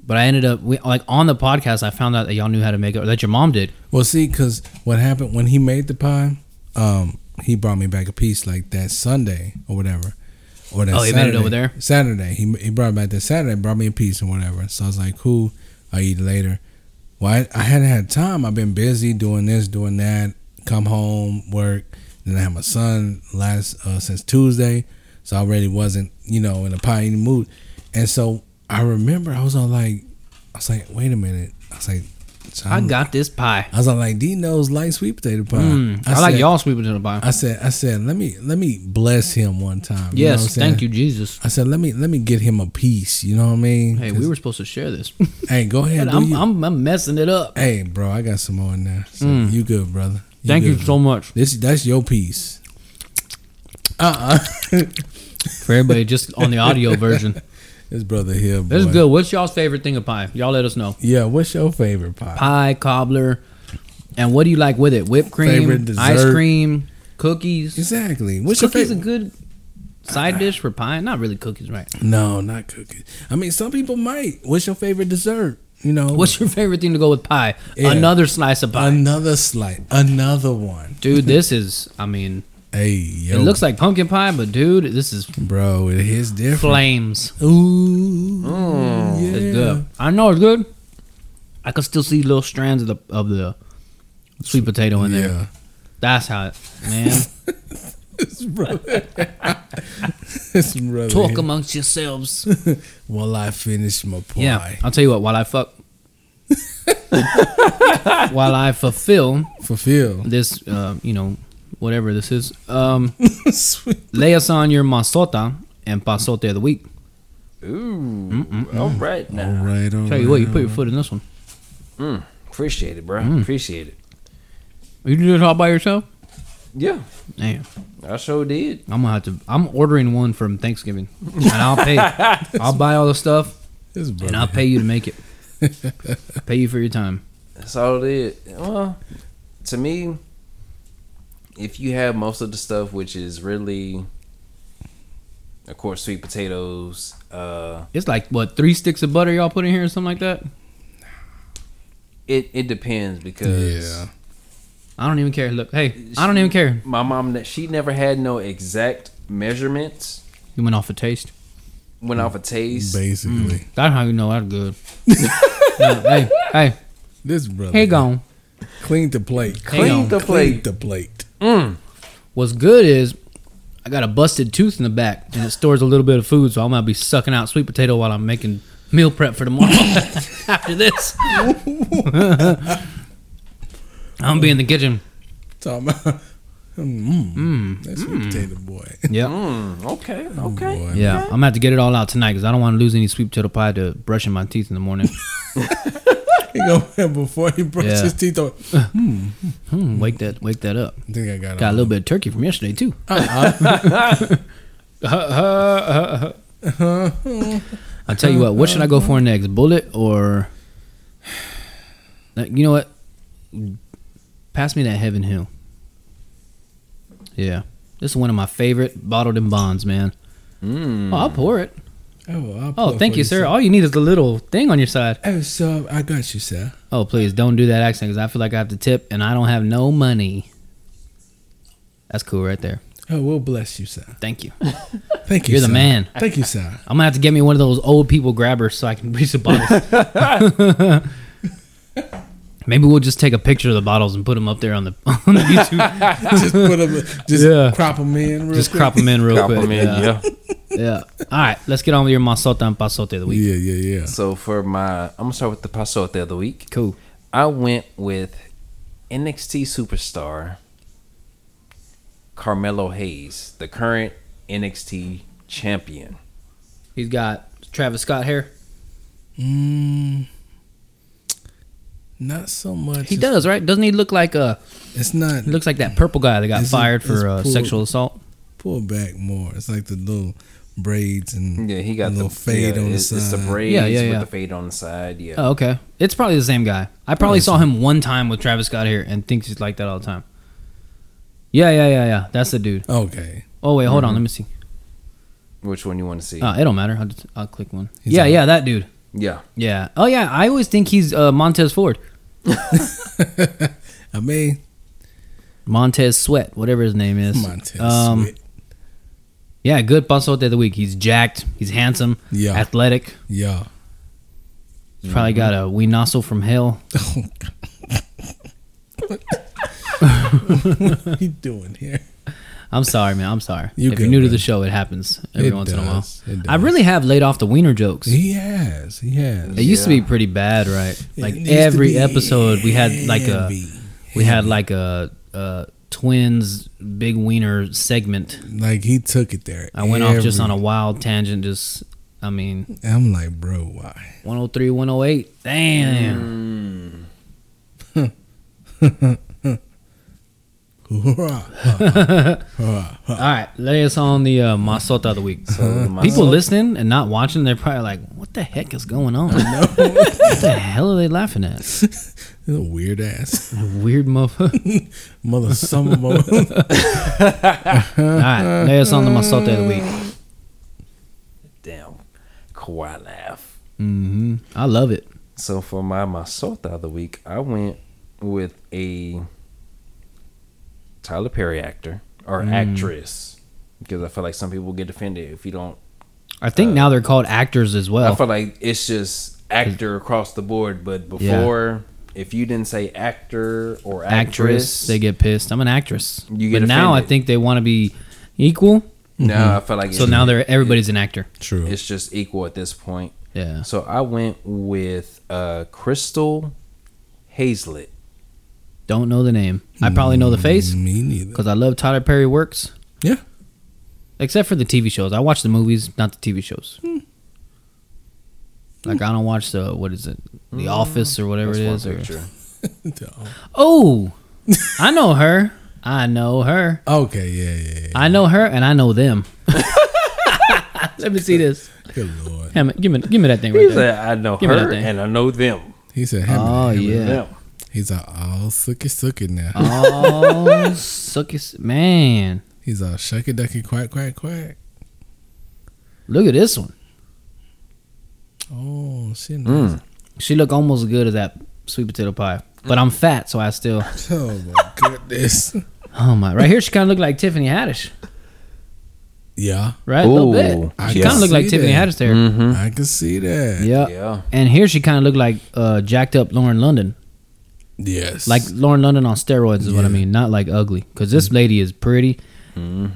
Speaker 2: but I ended up we, like on the podcast. I found out that y'all knew how to make it, or that your mom did.
Speaker 5: Well, see, because what happened when he made the pie, um, he brought me back a piece like that Sunday or whatever, or that.
Speaker 2: Oh, he made it over there?
Speaker 5: Saturday, he he brought back that Saturday, brought me a piece and whatever. So I was like, "Cool, I eat later." Well, I, I hadn't had time. I've been busy doing this, doing that. Come home, work. Then I had my son last uh, since Tuesday, so I really wasn't, you know, in a pie eating mood. And so I remember I was all like, I was like, "Wait a minute," I was like.
Speaker 2: I
Speaker 5: I'm-
Speaker 2: got this pie.
Speaker 5: I was all like, D knows light sweet potato pie.
Speaker 2: Mm, I,
Speaker 5: said,
Speaker 2: like y'all sweet potato pie.
Speaker 5: I said, I said, let me let me bless him one time. You know what I'm
Speaker 2: yes,
Speaker 5: saying?
Speaker 2: thank you, Jesus.
Speaker 5: I said, let me let me get him a piece. You know what I mean?
Speaker 2: Hey,
Speaker 5: 'Cause-
Speaker 2: we were supposed to share this.
Speaker 5: Hey, go ahead.
Speaker 2: And
Speaker 5: Do
Speaker 2: I'm,
Speaker 5: you.
Speaker 2: I'm, I'm messing it up.
Speaker 5: hey, bro, I got some more in there. So You good, brother?
Speaker 2: Thank you
Speaker 5: good,
Speaker 2: so much.
Speaker 5: bro. This that's your piece. Uh uh
Speaker 2: For everybody just on the audio version.
Speaker 5: this brother here. Boy.
Speaker 2: This is good. What's y'all's favorite thing of pie? Y'all let us know.
Speaker 5: Yeah, what's your favorite pie?
Speaker 2: Pie, cobbler, and what do you like with it? Whipped cream,
Speaker 5: Favorite
Speaker 2: ice
Speaker 5: dessert.
Speaker 2: cream, cookies.
Speaker 5: Exactly. What's your
Speaker 2: cookies
Speaker 5: favorite?
Speaker 2: a good side dish for pie? Not really cookies, right?
Speaker 5: no, not cookies. I mean, some people might. What's your favorite dessert? You know,
Speaker 2: What's your favorite thing to go with pie?
Speaker 5: Yeah.
Speaker 2: Another slice of pie.
Speaker 5: another slight, another one.
Speaker 2: dude, this is, I mean,
Speaker 5: Hey, yo,
Speaker 2: it looks like pumpkin pie, but dude, this is
Speaker 5: bro, it hits different.
Speaker 2: flames.
Speaker 5: Ooh, yeah.
Speaker 2: Mm, It's good. I know it's good. I can still see little strands of the of the sweet potato in there.
Speaker 5: Yeah.
Speaker 2: That's how it man.
Speaker 5: This brother, this brother.
Speaker 2: Talk amongst yourselves.
Speaker 5: While I finish my pie,
Speaker 2: Yeah. I'll tell you what, while I fuck while I fulfill
Speaker 5: fulfill.
Speaker 2: this uh, you know, whatever this is, um
Speaker 5: Sweet.
Speaker 2: lay us on your masota and pasote of the week.
Speaker 3: Ooh, all right
Speaker 5: All
Speaker 3: now.
Speaker 5: right, all
Speaker 2: Tell you
Speaker 5: right,
Speaker 2: what, you
Speaker 5: all
Speaker 2: put your
Speaker 5: right.
Speaker 2: foot in this one.
Speaker 3: Appreciate it, bro. Appreciate it.
Speaker 2: You do this all by yourself?
Speaker 3: Yeah,
Speaker 2: Damn.
Speaker 3: I sure did.
Speaker 2: I'm gonna have to I'm ordering one from Thanksgiving. And I'll pay I'll buy all the stuff.
Speaker 5: This brother.
Speaker 2: and I'll pay you to make it. pay you for your time.
Speaker 3: That's all it is. Well, to me, if you have most of the stuff, which is really, of course, sweet potatoes. Uh,
Speaker 2: It's like what three sticks of butter y'all put in here or something like that.
Speaker 3: it it depends because
Speaker 5: Yeah.
Speaker 2: I don't even care. Look, hey, I don't even care.
Speaker 3: my mom that she never had no exact measurements.
Speaker 2: You went off a taste.
Speaker 3: Went off a taste.
Speaker 5: Basically,
Speaker 2: That's how you know that's good. No, hey, hey,
Speaker 5: this brother.
Speaker 2: hey, gone.
Speaker 5: Clean the plate.
Speaker 2: Hey,
Speaker 3: Clean
Speaker 2: gone.
Speaker 3: the
Speaker 5: Clean
Speaker 3: plate.
Speaker 5: the plate.
Speaker 2: What's good is I got a busted tooth in the back, and it stores a little bit of food, so I'm gonna be sucking out sweet potato while I'm making meal prep for tomorrow. After this, I'm gonna be in the kitchen.
Speaker 5: Talking about, mm, that's sweet potato boy.
Speaker 2: Yeah,
Speaker 3: Okay, okay.
Speaker 5: boy.
Speaker 2: yeah. I'm gonna have to get it all out tonight because I don't want to lose any sweet potato pie to brushing my teeth in the morning.
Speaker 5: He go before he brushes
Speaker 2: Yeah.
Speaker 5: his teeth. on-
Speaker 2: Hmm, wake that, wake that up.
Speaker 5: I think I got,
Speaker 2: Got a
Speaker 5: all-
Speaker 2: little bit of turkey from yesterday too.
Speaker 5: Uh-huh.
Speaker 2: I tell you what, what should I go for next? Bullet or Uh, you know what? Pass me that Heaven Hill. Yeah, this is one of my favorite bottled in bonds, man. Oh, I'll pour it.
Speaker 5: Oh, I'll
Speaker 2: Oh,
Speaker 5: Mm. pour
Speaker 2: thank
Speaker 5: for
Speaker 2: you, sir.
Speaker 5: sir.
Speaker 2: All you need is the little thing on your side.
Speaker 5: Oh, so I got you, sir.
Speaker 2: Oh, please don't do that accent because I feel like I have to tip and I don't have no money. That's cool right there.
Speaker 5: Oh, we'll bless you, sir.
Speaker 2: Thank you.
Speaker 5: Thank you.
Speaker 2: You're the
Speaker 5: sir.
Speaker 2: man.
Speaker 5: Thank you, sir.
Speaker 2: I'm gonna have to get me one of those old people grabbers so I can reach the bottles. Maybe we'll just take a picture of the bottles and put them up there on the on the YouTube.
Speaker 5: just put them, just
Speaker 2: Yeah.
Speaker 5: crop them in. Real
Speaker 2: just
Speaker 5: quick.
Speaker 2: crop them in real quick.
Speaker 3: Compliment,
Speaker 2: yeah.
Speaker 3: yeah.
Speaker 2: yeah. All right, let's get on with your masota and pasote of the week.
Speaker 5: Yeah, yeah, yeah.
Speaker 3: So for my, I'm gonna start with the pasote of the week.
Speaker 2: Cool.
Speaker 3: I went with NXT superstar Carmelo Hayes, the current NXT champion.
Speaker 2: He's got Travis Scott hair.
Speaker 5: Mm, not so much.
Speaker 2: He
Speaker 5: It's-
Speaker 2: does right. Doesn't he look like a?
Speaker 5: It's not
Speaker 2: He looks like that purple guy that got
Speaker 5: It's-
Speaker 2: fired
Speaker 5: it's
Speaker 2: for uh,
Speaker 5: pulled.
Speaker 2: sexual assault.
Speaker 5: pull back more. It's like the little braids and
Speaker 3: Yeah, he got
Speaker 5: little
Speaker 3: the
Speaker 5: fade
Speaker 3: yeah,
Speaker 5: on the
Speaker 3: it's,
Speaker 5: side.
Speaker 3: It's the braids
Speaker 2: Yeah, yeah, yeah.
Speaker 3: with the fade on the side. Yeah.
Speaker 2: Oh, okay. It's probably the same guy. I probably saw him one time with Travis Scott hair and thinks he's like that all the time. Yeah, yeah, yeah, yeah. That's the dude.
Speaker 5: Okay,
Speaker 2: Oh wait, hold on. Let me see.
Speaker 3: Which one you want to see?
Speaker 2: Uh, it don't matter. I'll, just, I'll click one.
Speaker 5: He's
Speaker 2: yeah,
Speaker 5: out.
Speaker 2: yeah, that dude.
Speaker 5: uh,
Speaker 3: yeah.
Speaker 2: Yeah. Oh yeah, I always think he's uh, Montez Ford,
Speaker 5: I mean
Speaker 2: Montez Sweat, whatever his name is.
Speaker 5: Montez.
Speaker 2: Um,
Speaker 5: Sweat.
Speaker 2: Yeah, good pasote of the week. He's jacked. He's handsome.
Speaker 5: Yeah.
Speaker 2: Athletic.
Speaker 5: Yeah.
Speaker 2: He's Probably got a wee nozzle from hell.
Speaker 5: What are you doing here?
Speaker 2: I'm sorry, man. I'm sorry.
Speaker 5: You
Speaker 2: if you're
Speaker 5: good,
Speaker 2: new to
Speaker 5: bro.
Speaker 2: the show, it happens every
Speaker 5: It
Speaker 2: once in a while.
Speaker 5: does. It
Speaker 2: I
Speaker 5: does.
Speaker 2: really have laid off the wiener jokes.
Speaker 5: He has. He has.
Speaker 2: It used to be
Speaker 3: Yeah.
Speaker 2: pretty bad, right?
Speaker 5: It
Speaker 2: Like
Speaker 5: used to
Speaker 2: every
Speaker 5: be
Speaker 2: episode, we had like a
Speaker 5: heavy.
Speaker 2: we had like a, a twins big wiener segment.
Speaker 5: Like he took it there.
Speaker 2: I went off just on a wild tangent. Just, I mean,
Speaker 5: I'm like, bro, why?
Speaker 2: 103, 108.
Speaker 3: Mm.
Speaker 2: Damn. All right, lay us on the uh, Masota of the week.
Speaker 3: So my-
Speaker 2: People listening and not watching, they're probably like, what the heck is going on? what the hell are they laughing at?
Speaker 5: You're a weird ass
Speaker 2: Weird motherfucker.
Speaker 5: mother. Summer mother.
Speaker 2: All right, lay us on the Masota of the week.
Speaker 3: Damn. Kawhi laugh.
Speaker 2: hmm I love it.
Speaker 3: So for my masota of the week, I went with a Tyler Perry actor or
Speaker 2: Mm.
Speaker 3: actress because I feel like some people get offended if you don't.
Speaker 2: I think now they're called actors as well.
Speaker 3: Uh, I feel like it's just actor across the board, but before if you didn't say actor or
Speaker 2: actress,
Speaker 3: actress,
Speaker 2: they get pissed. I'm an actress.
Speaker 3: You
Speaker 2: but
Speaker 3: get
Speaker 2: now I
Speaker 3: offended.
Speaker 2: think they want to be equal.
Speaker 3: no, I feel like
Speaker 2: Mm-hmm. So
Speaker 3: it's-
Speaker 2: now they're everybody's an actor.
Speaker 5: True.
Speaker 3: it's just equal at this point.
Speaker 2: Yeah.
Speaker 3: So I went with uh, Crystal Hazlett.
Speaker 2: Don't know the name. I probably know the face
Speaker 5: Me neither.
Speaker 2: because I love Tyler Perry works.
Speaker 5: Yeah.
Speaker 2: Except for the TV shows. I watch the movies, not the TV shows.
Speaker 3: Hmm.
Speaker 2: Like I don't watch the what is it, The Office or whatever it
Speaker 3: Mm. That's
Speaker 2: is.
Speaker 3: one
Speaker 2: Or,
Speaker 3: picture.
Speaker 2: oh, I know her. I know her.
Speaker 5: Okay. Yeah. Yeah.
Speaker 2: I know her, and I know them. Let me see this.
Speaker 5: yeah. Good lord.
Speaker 2: Hey, man, give me, give me that thing right
Speaker 3: He
Speaker 2: there.
Speaker 3: said, I know
Speaker 2: Give me that
Speaker 3: her
Speaker 2: thing.
Speaker 3: and I know them.
Speaker 5: He said, hey,
Speaker 2: Oh
Speaker 5: man,
Speaker 2: yeah.
Speaker 3: Them.
Speaker 5: He's like, all sucky sucky now.
Speaker 2: Oh, sucky s- man.
Speaker 5: He's all shucky ducky quack quack quack.
Speaker 2: Look at this one.
Speaker 5: Oh, shit.
Speaker 2: She look almost as good as that sweet potato pie. But I'm fat, so I still.
Speaker 5: Oh, my goodness.
Speaker 2: Oh my! Right here, she kind of looked like Tiffany Haddish,
Speaker 5: yeah,
Speaker 2: right? A little
Speaker 3: Ooh,
Speaker 2: bit.
Speaker 5: I
Speaker 2: She
Speaker 5: can
Speaker 2: kind of looked like
Speaker 5: see
Speaker 2: Tiffany
Speaker 5: that. Mm-hmm.
Speaker 2: Haddish there.
Speaker 5: I can see that.
Speaker 2: Yeah.
Speaker 3: Yeah.
Speaker 2: And here she kind of looked like uh, jacked up Lauren London.
Speaker 5: Yes.
Speaker 2: like Lauren London on steroids is what I
Speaker 5: Yeah. Mm-hmm.
Speaker 2: mean, not like ugly. Because this lady is pretty.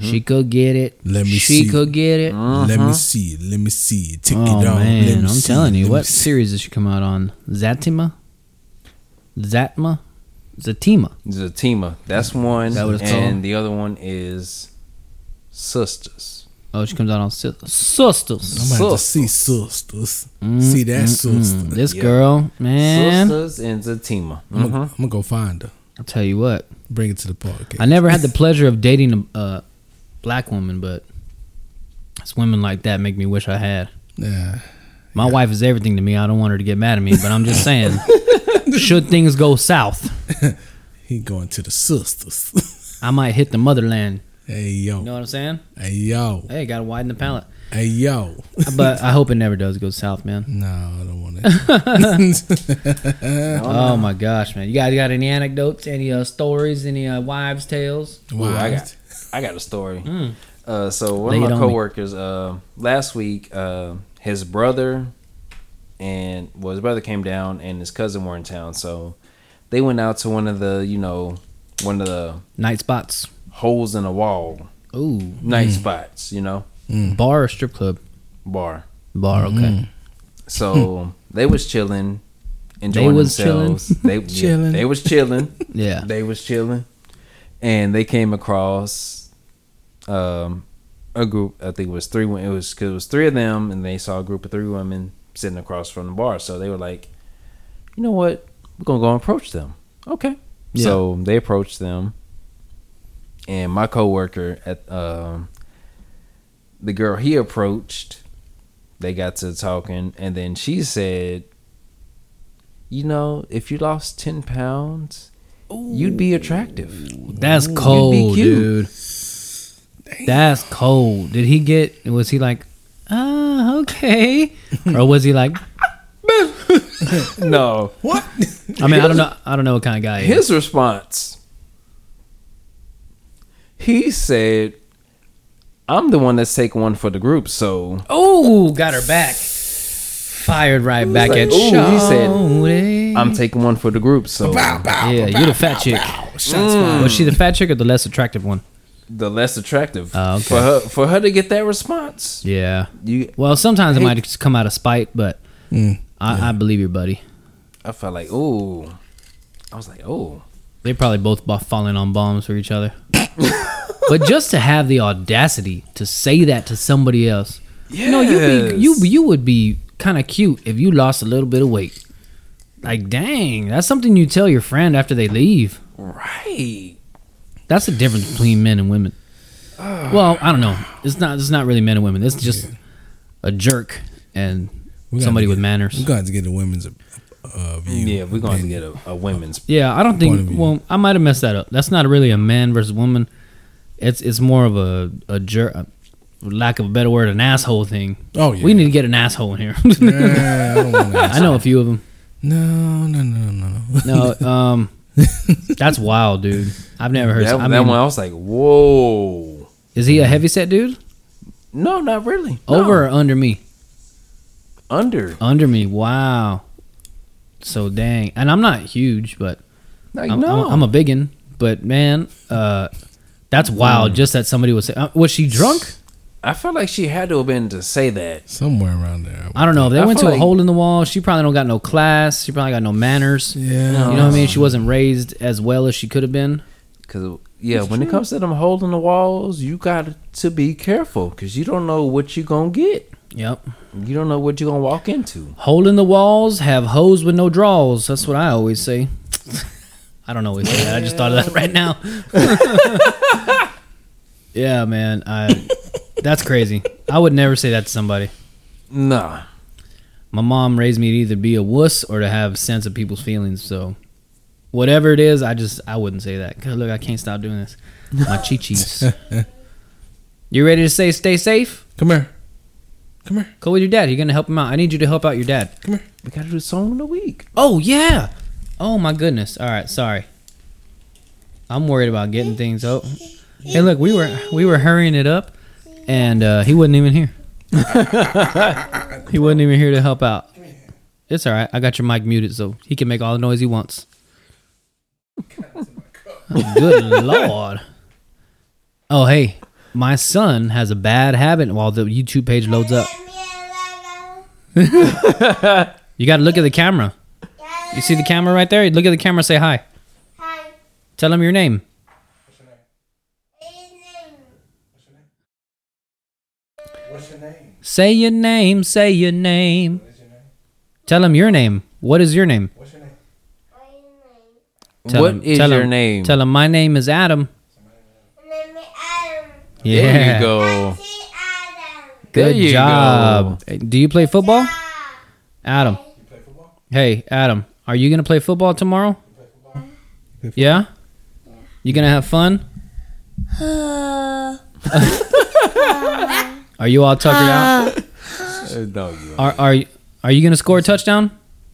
Speaker 2: She could get it.
Speaker 5: Let me
Speaker 2: she
Speaker 5: see.
Speaker 2: could get it.
Speaker 5: let me see, let me see, take
Speaker 2: Uh-huh. Oh
Speaker 5: it down. let
Speaker 2: man,
Speaker 5: me
Speaker 2: I'm
Speaker 5: see,
Speaker 2: telling you,
Speaker 5: let me
Speaker 2: what
Speaker 5: see.
Speaker 2: series did she come out on? Zatima, Zatma, Zatima.
Speaker 3: Zatima. That's one.
Speaker 2: That what it's
Speaker 3: and
Speaker 2: called?
Speaker 3: the other one is Sisters.
Speaker 2: Oh, she comes out on Sis- Sisters.
Speaker 5: I'm about to
Speaker 3: Sus.
Speaker 5: see sisters. see that sister.
Speaker 2: Mm, Mm-hmm, this
Speaker 3: Yeah.
Speaker 2: girl, man.
Speaker 3: Sisters and
Speaker 2: Mm.
Speaker 3: Zatima.
Speaker 5: I'm, gonna,
Speaker 3: Mhm.
Speaker 5: I'm gonna go find her.
Speaker 2: I'll tell you what.
Speaker 5: Bring it to the podcast.
Speaker 2: mm-hmm. I never had the pleasure of dating a uh, black woman, but it's women like that make me wish I had.
Speaker 5: Yeah.
Speaker 2: My wife is everything to me. I don't want her to get mad at me, but I'm just saying, should things go south,
Speaker 5: He going to the sisters.
Speaker 2: I might hit the motherland.
Speaker 5: hey yo.
Speaker 2: You know what I'm saying?
Speaker 5: Hey yo.
Speaker 2: Hey, gotta widen the palate.
Speaker 5: Hey yo.
Speaker 2: But I hope it never does go south, man.
Speaker 5: no, I don't want it.
Speaker 2: Oh my gosh, man! You guys got any anecdotes, any uh, stories, any uh, wives' tales?
Speaker 5: Why?
Speaker 3: I got I got a story. Uh, so one
Speaker 2: Mm. Lay it
Speaker 3: of
Speaker 2: on
Speaker 3: my
Speaker 2: me.
Speaker 3: coworkers uh, last week, uh, his brother and well, his brother came down and his cousin were in town, so they went out to one of the you know one of the
Speaker 2: Night spots.
Speaker 3: holes in the wall
Speaker 2: Ooh,
Speaker 3: night spots, you know,
Speaker 2: bar or strip club?
Speaker 3: bar.
Speaker 2: Bar. Okay.
Speaker 3: So they was chilling, enjoying
Speaker 2: Hmm. was
Speaker 3: themselves. They yeah,
Speaker 5: Chilling.
Speaker 3: they was chilling.
Speaker 2: Yeah.
Speaker 3: They was chilling, and they came across um, a group. I think it was three. wo- It was 'cause it was three of them, and they saw a group of three women sitting across from the bar. So they were like, "You know what? We're gonna go and approach them." Okay.
Speaker 2: Yeah.
Speaker 3: So they approached them, and my coworker at um, the girl he approached, they got to talking, and then she said, "You know, if you lost ten pounds." You'd be attractive.
Speaker 2: That's cold, dude.
Speaker 3: cute.
Speaker 2: That's cold. Did he get? Was he like, ah, okay, or was he like?
Speaker 3: No,
Speaker 5: What?
Speaker 2: I mean, I don't know. I don't know what kind of guy he is.
Speaker 3: his response. He said, "I'm the one that's taking one for the group." So
Speaker 2: Oh, got her back. Fired right back
Speaker 3: like,
Speaker 2: at.
Speaker 3: ooh, he said,
Speaker 2: Shawty.
Speaker 3: I'm taking one for the group. So
Speaker 2: Yeah, you're the fat chick. Mm. Was she the fat chick or the less attractive one?
Speaker 3: the less attractive
Speaker 2: Oh, okay.
Speaker 3: for her for her to get that response.
Speaker 2: Yeah.
Speaker 3: You, Mm.
Speaker 2: Well, sometimes it might just come out of spite, but I, I believe your buddy.
Speaker 3: I felt like, ooh. I was like, oh,
Speaker 2: They probably both bo- falling on bombs for each other. but just to have the audacity to say that to somebody else, you know, you be, you
Speaker 3: Yes.
Speaker 2: you would be kind of cute if you lost a little bit of weight. Like, dang, that's something you tell your friend after they leave.
Speaker 3: right.
Speaker 2: That's the difference between men and women. well, I don't know. It's not. It's not really men and women. It's just a jerk and
Speaker 5: gotta
Speaker 2: somebody
Speaker 5: get-
Speaker 2: with manners.
Speaker 5: I'm going to get the women's uh, uh, view.
Speaker 3: Yeah, we're going to get a, a women's.
Speaker 2: Yeah, I don't
Speaker 5: Point of
Speaker 2: think.
Speaker 5: view.
Speaker 2: Well, I might have messed that up. That's not really a man versus woman. It's it's more of a a jerk, a, lack of a better word, an asshole thing.
Speaker 5: Oh yeah.
Speaker 2: We need to get an asshole in here.
Speaker 5: Yeah, I don't want to.
Speaker 2: I know a few of them.
Speaker 5: No, no, no, no, no.
Speaker 2: No, um, that's wild, dude. I've never heard.
Speaker 3: That,
Speaker 2: I
Speaker 3: that
Speaker 2: mean,
Speaker 3: one, I was like, whoa.
Speaker 2: is he a heavy set dude?
Speaker 3: No, not really. No.
Speaker 2: Over or under me?
Speaker 3: under.
Speaker 2: Under me. Wow. So dang, and I'm not huge, but
Speaker 3: Like,
Speaker 2: I'm,
Speaker 3: no,
Speaker 2: I'm, I'm a biggin. But man, uh, that's
Speaker 5: Mm.
Speaker 2: wild. Just that somebody was. Uh, was she drunk?
Speaker 3: I felt like she had to have been to say that.
Speaker 5: Somewhere around there.
Speaker 2: I don't know. If they
Speaker 3: I
Speaker 2: went to
Speaker 3: feel
Speaker 2: a
Speaker 3: like-
Speaker 2: hole in the wall, she probably don't got no class. She probably got no manners.
Speaker 5: Yeah.
Speaker 2: You know what I mean? She wasn't raised as well as she could have been.
Speaker 3: Cause yeah, when it comes to them holding the walls, you got to be careful because you don't know what you're gonna get.
Speaker 2: Yep.
Speaker 3: You don't know what you're gonna walk into.
Speaker 2: Hole in the walls, have hoes with no draws. That's what I always say. I don't always say that. I just thought of that right now. yeah, man. I that's crazy. I would never say that to somebody.
Speaker 3: Nah,
Speaker 2: My mom raised me to either be a wuss or to have sense of people's feelings, so whatever it is, I just I wouldn't say that. Cause look, I can't stop doing this. My chi chis. You ready to say stay safe?
Speaker 5: Come here. Come here.
Speaker 2: Go with your dad. You're gonna help him out. I need you to help out your dad.
Speaker 3: we gotta do a song of the week.
Speaker 2: Oh yeah. Oh my goodness. All right. Sorry. I'm worried about getting things. Oh, hey, look, we were we were hurrying it up, and uh, he wasn't even here. he wasn't even here to help out. It's all right. I got your mic muted, so he can make all the noise he wants. Good lord. Oh hey, my son has a bad habit. While the YouTube page loads up, you got to look at the camera. You see the camera right there? Look at the camera. Say hi.
Speaker 4: Hi.
Speaker 2: Tell him your name. Say your name. Say your name. Tell him your name. What is your name? Tell
Speaker 3: What
Speaker 2: him-
Speaker 3: is
Speaker 2: tell
Speaker 3: your
Speaker 2: him-
Speaker 3: name?
Speaker 2: Tell him my name is Adam. Yeah.
Speaker 3: There you go.
Speaker 2: Good
Speaker 3: There you
Speaker 2: job. Do you play football?
Speaker 4: Ah.
Speaker 2: Adam. Hey, Adam, are you going to play football tomorrow? Yeah? You going to have fun? are you all tuckered out?
Speaker 3: Uh, no, you
Speaker 2: Are are you- are you going to score a touchdown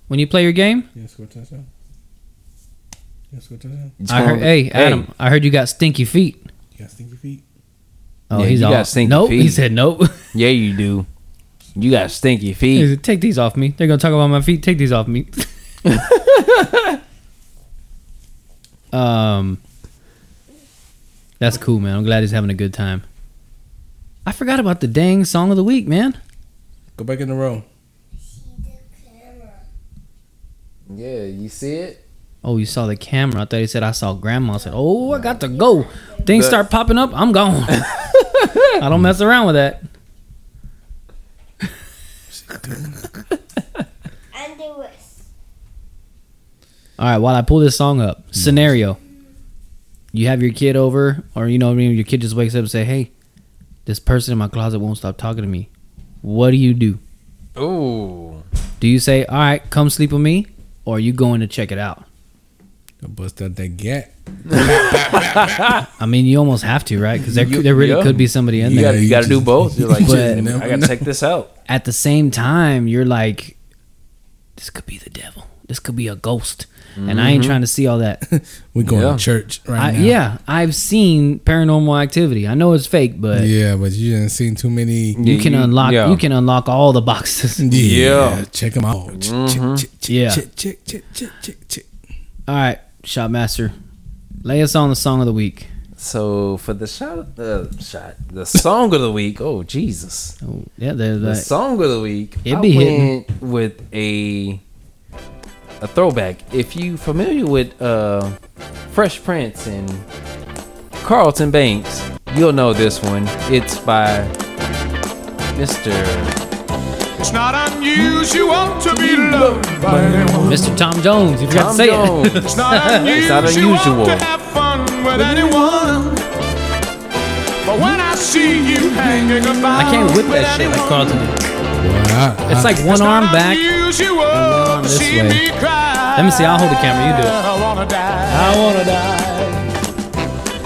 Speaker 2: when you play your game?
Speaker 5: You gonna score a touchdown? You gonna score a touchdown?
Speaker 2: I heard, hey, Adam, I heard you got stinky feet.
Speaker 5: You got stinky feet?
Speaker 2: Oh,
Speaker 3: Yeah,
Speaker 2: he's
Speaker 3: you
Speaker 2: all,
Speaker 3: got stinky
Speaker 2: nope. He
Speaker 3: feet.
Speaker 2: said nope.
Speaker 3: Yeah, you do. You got stinky
Speaker 2: He
Speaker 3: feet.
Speaker 2: said, Take these off me. They're gonna talk about my feet. Take these off me. um, that's cool, man. I'm glad he's having a good time. I forgot about the dang song of the week, man.
Speaker 5: Go back in the row.
Speaker 3: Yeah, you see it?
Speaker 2: Oh, you saw the camera. I thought he said I saw grandma. I said, "Oh, I got to go." Things
Speaker 3: The-
Speaker 2: start popping up. I'm gone. I don't mess around with that. All right, while I pull this song up, scenario. You have your kid over, or you know what I mean? Your kid just wakes up and say, hey, this person in my closet won't stop talking to me. What do you do?
Speaker 3: Ooh.
Speaker 2: Do you say, all right, come sleep with me, or are you going to check it out?
Speaker 5: Go bust out that gat.
Speaker 2: I mean, you almost have to, right? Because there,
Speaker 3: You-
Speaker 2: there really
Speaker 3: yeah.
Speaker 2: could be somebody in
Speaker 3: You
Speaker 2: there.
Speaker 3: gotta, you gotta do both. You're like,
Speaker 2: But-
Speaker 3: shit, I gotta check this out.
Speaker 2: At the same time, you're like, this could be the devil. This could be a ghost. And I
Speaker 3: Mm-hmm.
Speaker 2: ain't trying to see all that.
Speaker 5: We going
Speaker 3: Yeah.
Speaker 5: to church
Speaker 2: I,
Speaker 5: right now.
Speaker 2: yeah, I've seen paranormal activity. I know it's fake, but
Speaker 5: Yeah, but you didn't seen too many.
Speaker 2: you can unlock
Speaker 3: yeah.
Speaker 2: you can unlock all the boxes.
Speaker 3: Yeah.
Speaker 5: check them out. Ch- ch- ch- ch-
Speaker 2: Mm-hmm. Yeah.
Speaker 5: ch- ch- ch- ch- ch- ch-
Speaker 2: All right, Shotmaster, lay us on the song of the week.
Speaker 3: So for the shot, uh, shot, the song of the week. Oh Jesus,
Speaker 2: Oh, yeah, there's
Speaker 3: the
Speaker 2: that.
Speaker 3: song of the week.
Speaker 2: It
Speaker 3: I
Speaker 2: be hitting.
Speaker 3: went with a a throwback. If you familiar with uh, Fresh Prince and Carlton Banks, you'll know this one. It's by Mister.
Speaker 1: It's not unusual to be loved by anyone.
Speaker 2: Mr. Tom Jones. You forgot
Speaker 3: Tom
Speaker 2: to say it.
Speaker 3: Jones.
Speaker 1: It's not
Speaker 3: It's not
Speaker 1: unusual,
Speaker 3: unusual.
Speaker 1: to have fun with anyone. But when I see you hanging about,
Speaker 2: I can't whip
Speaker 1: with
Speaker 2: that shit like
Speaker 1: anyone,
Speaker 2: Carlton. did.
Speaker 5: Wow.
Speaker 2: It's like one
Speaker 1: it's
Speaker 2: arm
Speaker 1: not
Speaker 2: back.
Speaker 1: unusual
Speaker 2: arm
Speaker 1: to
Speaker 2: this
Speaker 1: see
Speaker 2: way.
Speaker 1: me cry.
Speaker 2: Let me see, I'll hold the camera, you do
Speaker 1: I
Speaker 2: it.
Speaker 1: wanna die.
Speaker 2: I wanna die.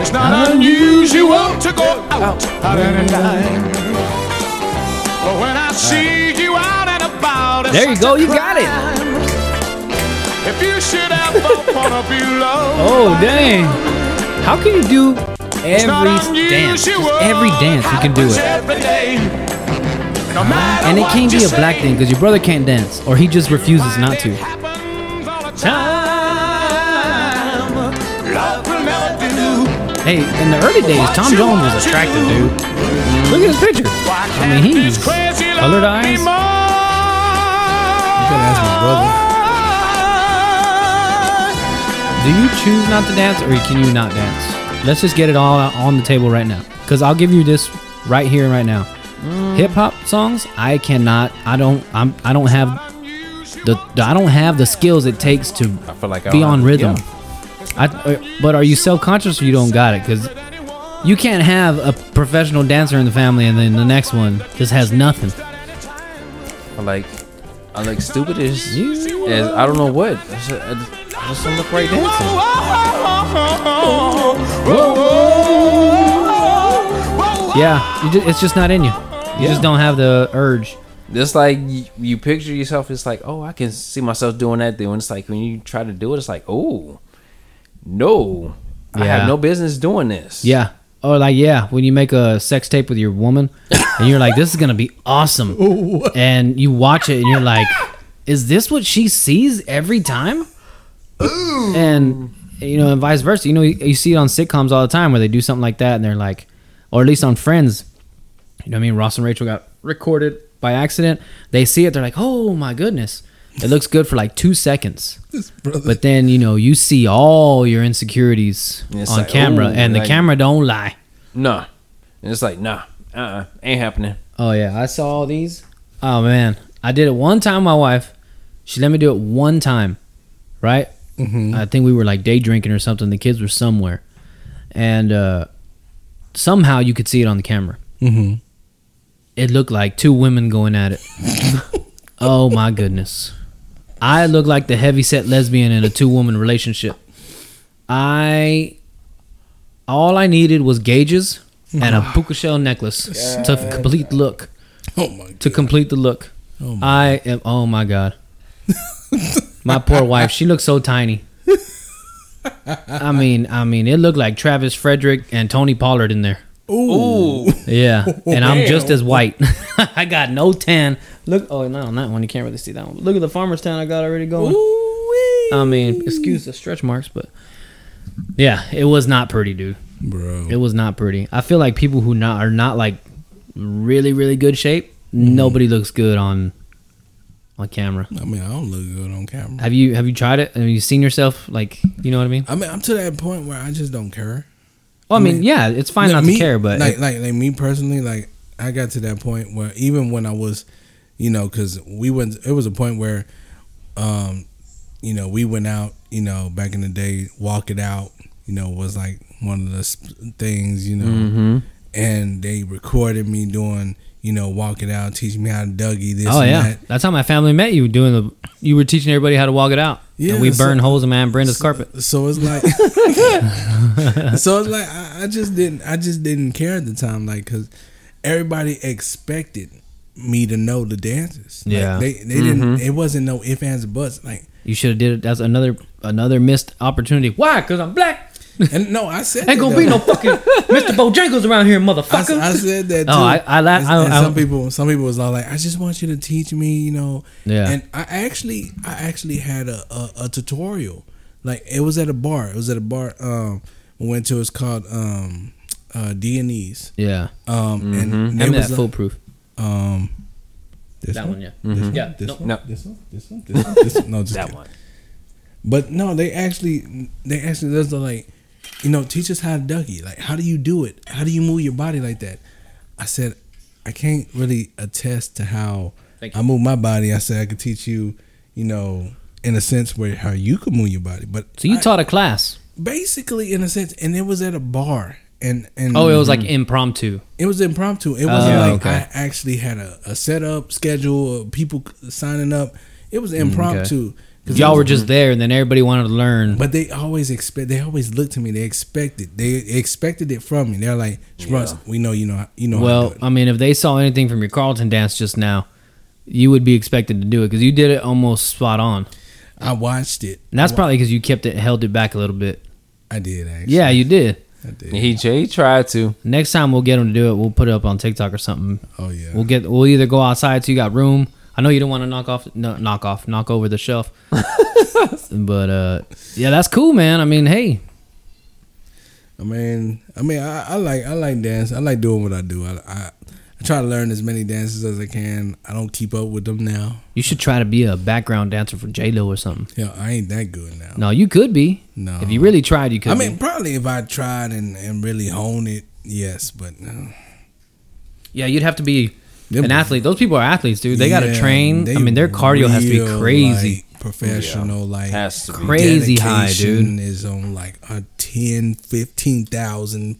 Speaker 1: It's not unusual to go out at any time. But when I see you out and about, it's
Speaker 2: There you
Speaker 1: such
Speaker 2: go.
Speaker 1: a
Speaker 2: You got it.
Speaker 1: crime. If you should ever wanna be loved,
Speaker 2: Oh dang! How can you do
Speaker 1: it's not
Speaker 2: every dance? Just
Speaker 1: unusual.
Speaker 2: every dance you can do
Speaker 1: Happens
Speaker 2: it,
Speaker 1: every day. No matter
Speaker 2: and it
Speaker 1: what
Speaker 2: can't
Speaker 1: you
Speaker 2: be a black
Speaker 1: say,
Speaker 2: thing because your brother can't dance, or he just refuses
Speaker 1: find
Speaker 2: not
Speaker 1: it
Speaker 2: to.
Speaker 1: happens all the time. Love will never do.
Speaker 2: Hey, in the early days, Tom Jones was attractive, dude. Look at his picture.
Speaker 1: Why
Speaker 2: I mean,
Speaker 1: can't this
Speaker 2: he's
Speaker 1: crazy love
Speaker 2: colored
Speaker 1: be
Speaker 2: eyes.
Speaker 1: mine?
Speaker 5: You gotta ask my brother.
Speaker 2: Do you choose not to dance or can you not dance? Let's just get it all out on the table right now. Because I'll give you this right here and right now. Hip hop songs, I cannot. I don't. I'm. I don't have the. the- I don't have the skills it takes to
Speaker 3: I feel like I
Speaker 2: be
Speaker 3: don't
Speaker 2: on
Speaker 3: have-
Speaker 2: rhythm.
Speaker 3: yeah.
Speaker 2: I, uh, but are you self conscious or you don't got it? Because you can't have a professional dancer in the family and then the next one just has nothing.
Speaker 3: I like I like stupid as, as I don't know what. I just, I just- I just don't look right dancing.
Speaker 2: Yeah, you ju- it's just not in you. You just don't have the urge.
Speaker 3: Just like you, you picture yourself, it's like, oh, I can see myself doing that. Then when it's like when you try to do it, it's like, oh, no, I
Speaker 2: Yeah.
Speaker 3: have no business doing this.
Speaker 2: Yeah. Or Oh, like yeah, when you make a sex tape with your woman, and you're like, "This is gonna be awesome," and you watch it, and you're like, "Is this what she sees every time?" And you know, and vice versa. You know, you, you see it on sitcoms all the time where they do something like that, and they're like, or at least on Friends. You know what I mean? Ross and Rachel got recorded by accident. They see it, they're like, oh my goodness, it looks good for like two seconds.
Speaker 5: This brother.
Speaker 2: But then you know, you see all your insecurities
Speaker 3: And it's
Speaker 2: on
Speaker 3: like,
Speaker 2: camera,
Speaker 3: ooh,
Speaker 2: and the
Speaker 3: like-
Speaker 2: camera don't lie.
Speaker 3: Nah. And it's like, nah, uh uh ain't happening.
Speaker 2: Oh yeah, I saw all these. Oh man, I did it one time. My wife, she let me do it one time, right?
Speaker 5: Mhm.
Speaker 2: I think we were like day drinking or something. The kids were somewhere, and uh, somehow you could see it on the camera.
Speaker 5: Mhm.
Speaker 2: It looked like two women going at it. oh my goodness, I look like the heavyset lesbian in a two-woman relationship. I all I needed was gauges and a puka shell necklace to complete look.
Speaker 5: Oh my god.
Speaker 2: To complete the look,
Speaker 5: Oh my.
Speaker 2: I am. Oh my god, my poor wife. She looks so tiny. I mean, I mean, it looked like Travis Frederick and Tony Pollard in there.
Speaker 5: Ooh.
Speaker 2: Yeah, and I'm just
Speaker 5: Damn.
Speaker 2: as white. I got no tan. Look, oh, not on that one. You can't really see that one. Look at the farmer's tan I got already going. I mean, excuse the stretch marks, but yeah, it was not pretty, dude.
Speaker 5: Bro.
Speaker 2: It was not pretty. I feel like people who not are not like really really good shape.
Speaker 5: Mm-hmm.
Speaker 2: Nobody looks good on on camera.
Speaker 5: I mean, I don't look good on camera.
Speaker 2: Have you have you tried it? Have you seen yourself? Like you know what I mean?
Speaker 5: I mean, I'm to that point where I just don't care.
Speaker 2: Well, I mean, yeah, it's fine
Speaker 5: Like,
Speaker 2: not
Speaker 5: me-
Speaker 2: to care, but
Speaker 5: like, like like me personally, like I got to that point where even when I was, you know, because we went, it was a point where, um, you know, we went out, you know, back in the day, walk it out, you know, was like one of the sp- things, you know,
Speaker 2: Mm-hmm.
Speaker 5: and they recorded me doing, you know, walk it out, teaching me how to Dougie this.
Speaker 2: oh
Speaker 5: and
Speaker 2: yeah,
Speaker 5: that.
Speaker 2: that's how my family met you. Doing the you were teaching everybody how to walk it out. Yeah,
Speaker 5: Yeah,
Speaker 2: we
Speaker 5: so-
Speaker 2: burned holes in my aunt Brenda's carpet.
Speaker 5: So it's like, so it's like I, I just didn't, I just didn't care at the time, like because everybody expected me to know the dances. Like,
Speaker 2: Yeah.
Speaker 5: they they
Speaker 2: Mm-hmm.
Speaker 5: didn't. It wasn't no ifs ands or buts. Like,
Speaker 2: You should have did it. That's another another missed opportunity. Why? Cause I'm black.
Speaker 5: and no, I said
Speaker 2: Ain't
Speaker 5: that,
Speaker 2: gonna be
Speaker 5: though.
Speaker 2: no fucking Mr. Bojangles around here,
Speaker 5: I,
Speaker 2: motherfucker.
Speaker 5: I said that too.
Speaker 2: Oh, I- I la-
Speaker 5: And-
Speaker 2: I-
Speaker 5: and
Speaker 2: I-
Speaker 5: some people, some people was all like, "I just want you to teach me," you know.
Speaker 2: Yeah.
Speaker 5: And I actually, I actually had a, a, a tutorial. Like it was at a bar. It was at a bar. Um, we went to. It's called um, uh, D and E's.
Speaker 2: yeah,
Speaker 5: Um,
Speaker 2: I'm
Speaker 5: and it
Speaker 2: Mm-hmm. that
Speaker 5: was like,
Speaker 2: foolproof.
Speaker 5: um, this
Speaker 2: That
Speaker 5: Mm-hmm.
Speaker 2: one, yeah, yeah.
Speaker 5: This
Speaker 2: no.
Speaker 5: one,
Speaker 3: No.
Speaker 5: this one, this one, this one, this one. No, just
Speaker 3: That
Speaker 5: kidding.
Speaker 3: one.
Speaker 5: But no, they actually, they actually, there's the, like, you know, teach us how to ducky. Like, how do you do it? How do you move your body like that? I said, I can't really attest to how
Speaker 2: Thank
Speaker 5: I move my body. I said I could teach you, you know, in a sense where how you could move your body. But
Speaker 2: So you
Speaker 5: I-
Speaker 2: taught a class.
Speaker 5: basically in a sense, and it was at a bar. And, and
Speaker 2: Oh, it was
Speaker 5: Mm-hmm.
Speaker 2: like impromptu.
Speaker 5: It was impromptu. It wasn't
Speaker 2: Oh,
Speaker 5: like
Speaker 2: okay.
Speaker 5: I actually had a, a setup schedule of people signing up. It was impromptu. 'Cause
Speaker 2: Y'all
Speaker 5: it
Speaker 2: were
Speaker 5: was- mm.
Speaker 2: just there, and then everybody wanted to learn.
Speaker 5: But they always expect. They always look to me. They expected. They expected it from me. They're like, "Shrunks, we know you know. how- You know." how to
Speaker 2: Well,
Speaker 5: do it."
Speaker 2: I mean, if they saw anything from your Carlton dance just now, you would be expected to do it because you did it almost spot on.
Speaker 5: I watched it.
Speaker 2: And that's probably because you kept it, held it back a little bit.
Speaker 5: I did actually.
Speaker 2: Yeah, you did.
Speaker 5: I did.
Speaker 3: He, he tried to.
Speaker 2: Next time we'll get them to do it. We'll put it up on TikTok or something.
Speaker 5: Oh yeah.
Speaker 2: We'll get. We'll either go outside so you got room. I know you don't want to knock off, no, knock off, knock over the shelf. but uh, yeah, that's cool, man. I mean, hey,
Speaker 5: I mean, I mean, I, I like I like dance. I like doing what I do. I, I I try to learn as many dances as I can. I don't keep up with them now.
Speaker 2: you should try to be a background dancer for J Lo or something.
Speaker 5: Yeah, I ain't that good now.
Speaker 2: No, you could be.
Speaker 5: No.
Speaker 2: If you really tried, you could.
Speaker 5: I mean,
Speaker 2: be.
Speaker 5: probably if I tried and, and really honed it, yes, but no.
Speaker 2: yeah, you'd have to be
Speaker 5: Them-
Speaker 2: an athlete. Those people are athletes, dude. They got to
Speaker 5: Yeah,
Speaker 2: train.
Speaker 5: they
Speaker 2: I mean, their cardio has to be
Speaker 5: real,
Speaker 2: crazy.
Speaker 5: like, professional, like
Speaker 3: Has to be.
Speaker 2: Crazy high, dude.
Speaker 5: dedication Is on like a 10, 15,000,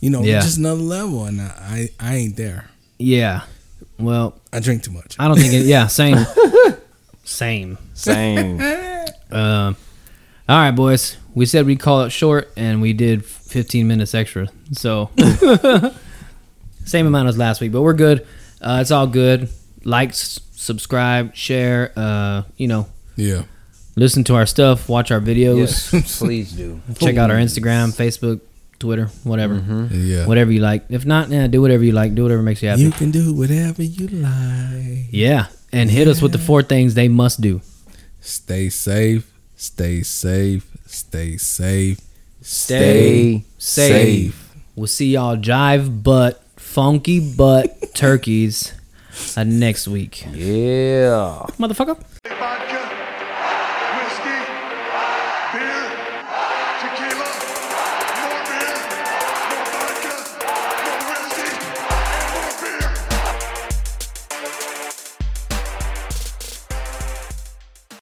Speaker 5: you know,
Speaker 2: Yeah.
Speaker 5: just another level, and I, I I ain't there.
Speaker 2: yeah. Well,
Speaker 5: I drink too much.
Speaker 2: I don't think. It, yeah, same. same.
Speaker 3: Same.
Speaker 2: Uh, all right, boys. We said we'd call it short, and we did 15 minutes extra. So, same amount as last week, but we're good. Uh, it's all good. Like, s- subscribe, share. Uh, you know,
Speaker 5: Yeah,
Speaker 2: listen to our stuff, watch our videos,
Speaker 3: Yes, please do.
Speaker 2: check out our Instagram, Facebook, Twitter, whatever,
Speaker 5: yeah.
Speaker 2: whatever you like. If not, yeah, do whatever you like. Do whatever makes you happy.
Speaker 5: You can do whatever you like.
Speaker 2: yeah, and hit us with the four things they must do.
Speaker 5: Stay safe. Stay safe. Stay safe.
Speaker 3: Stay safe.
Speaker 2: We'll see y'all jive butt, funky butt turkeys uh, next week.
Speaker 3: Yeah.
Speaker 2: Motherfucker.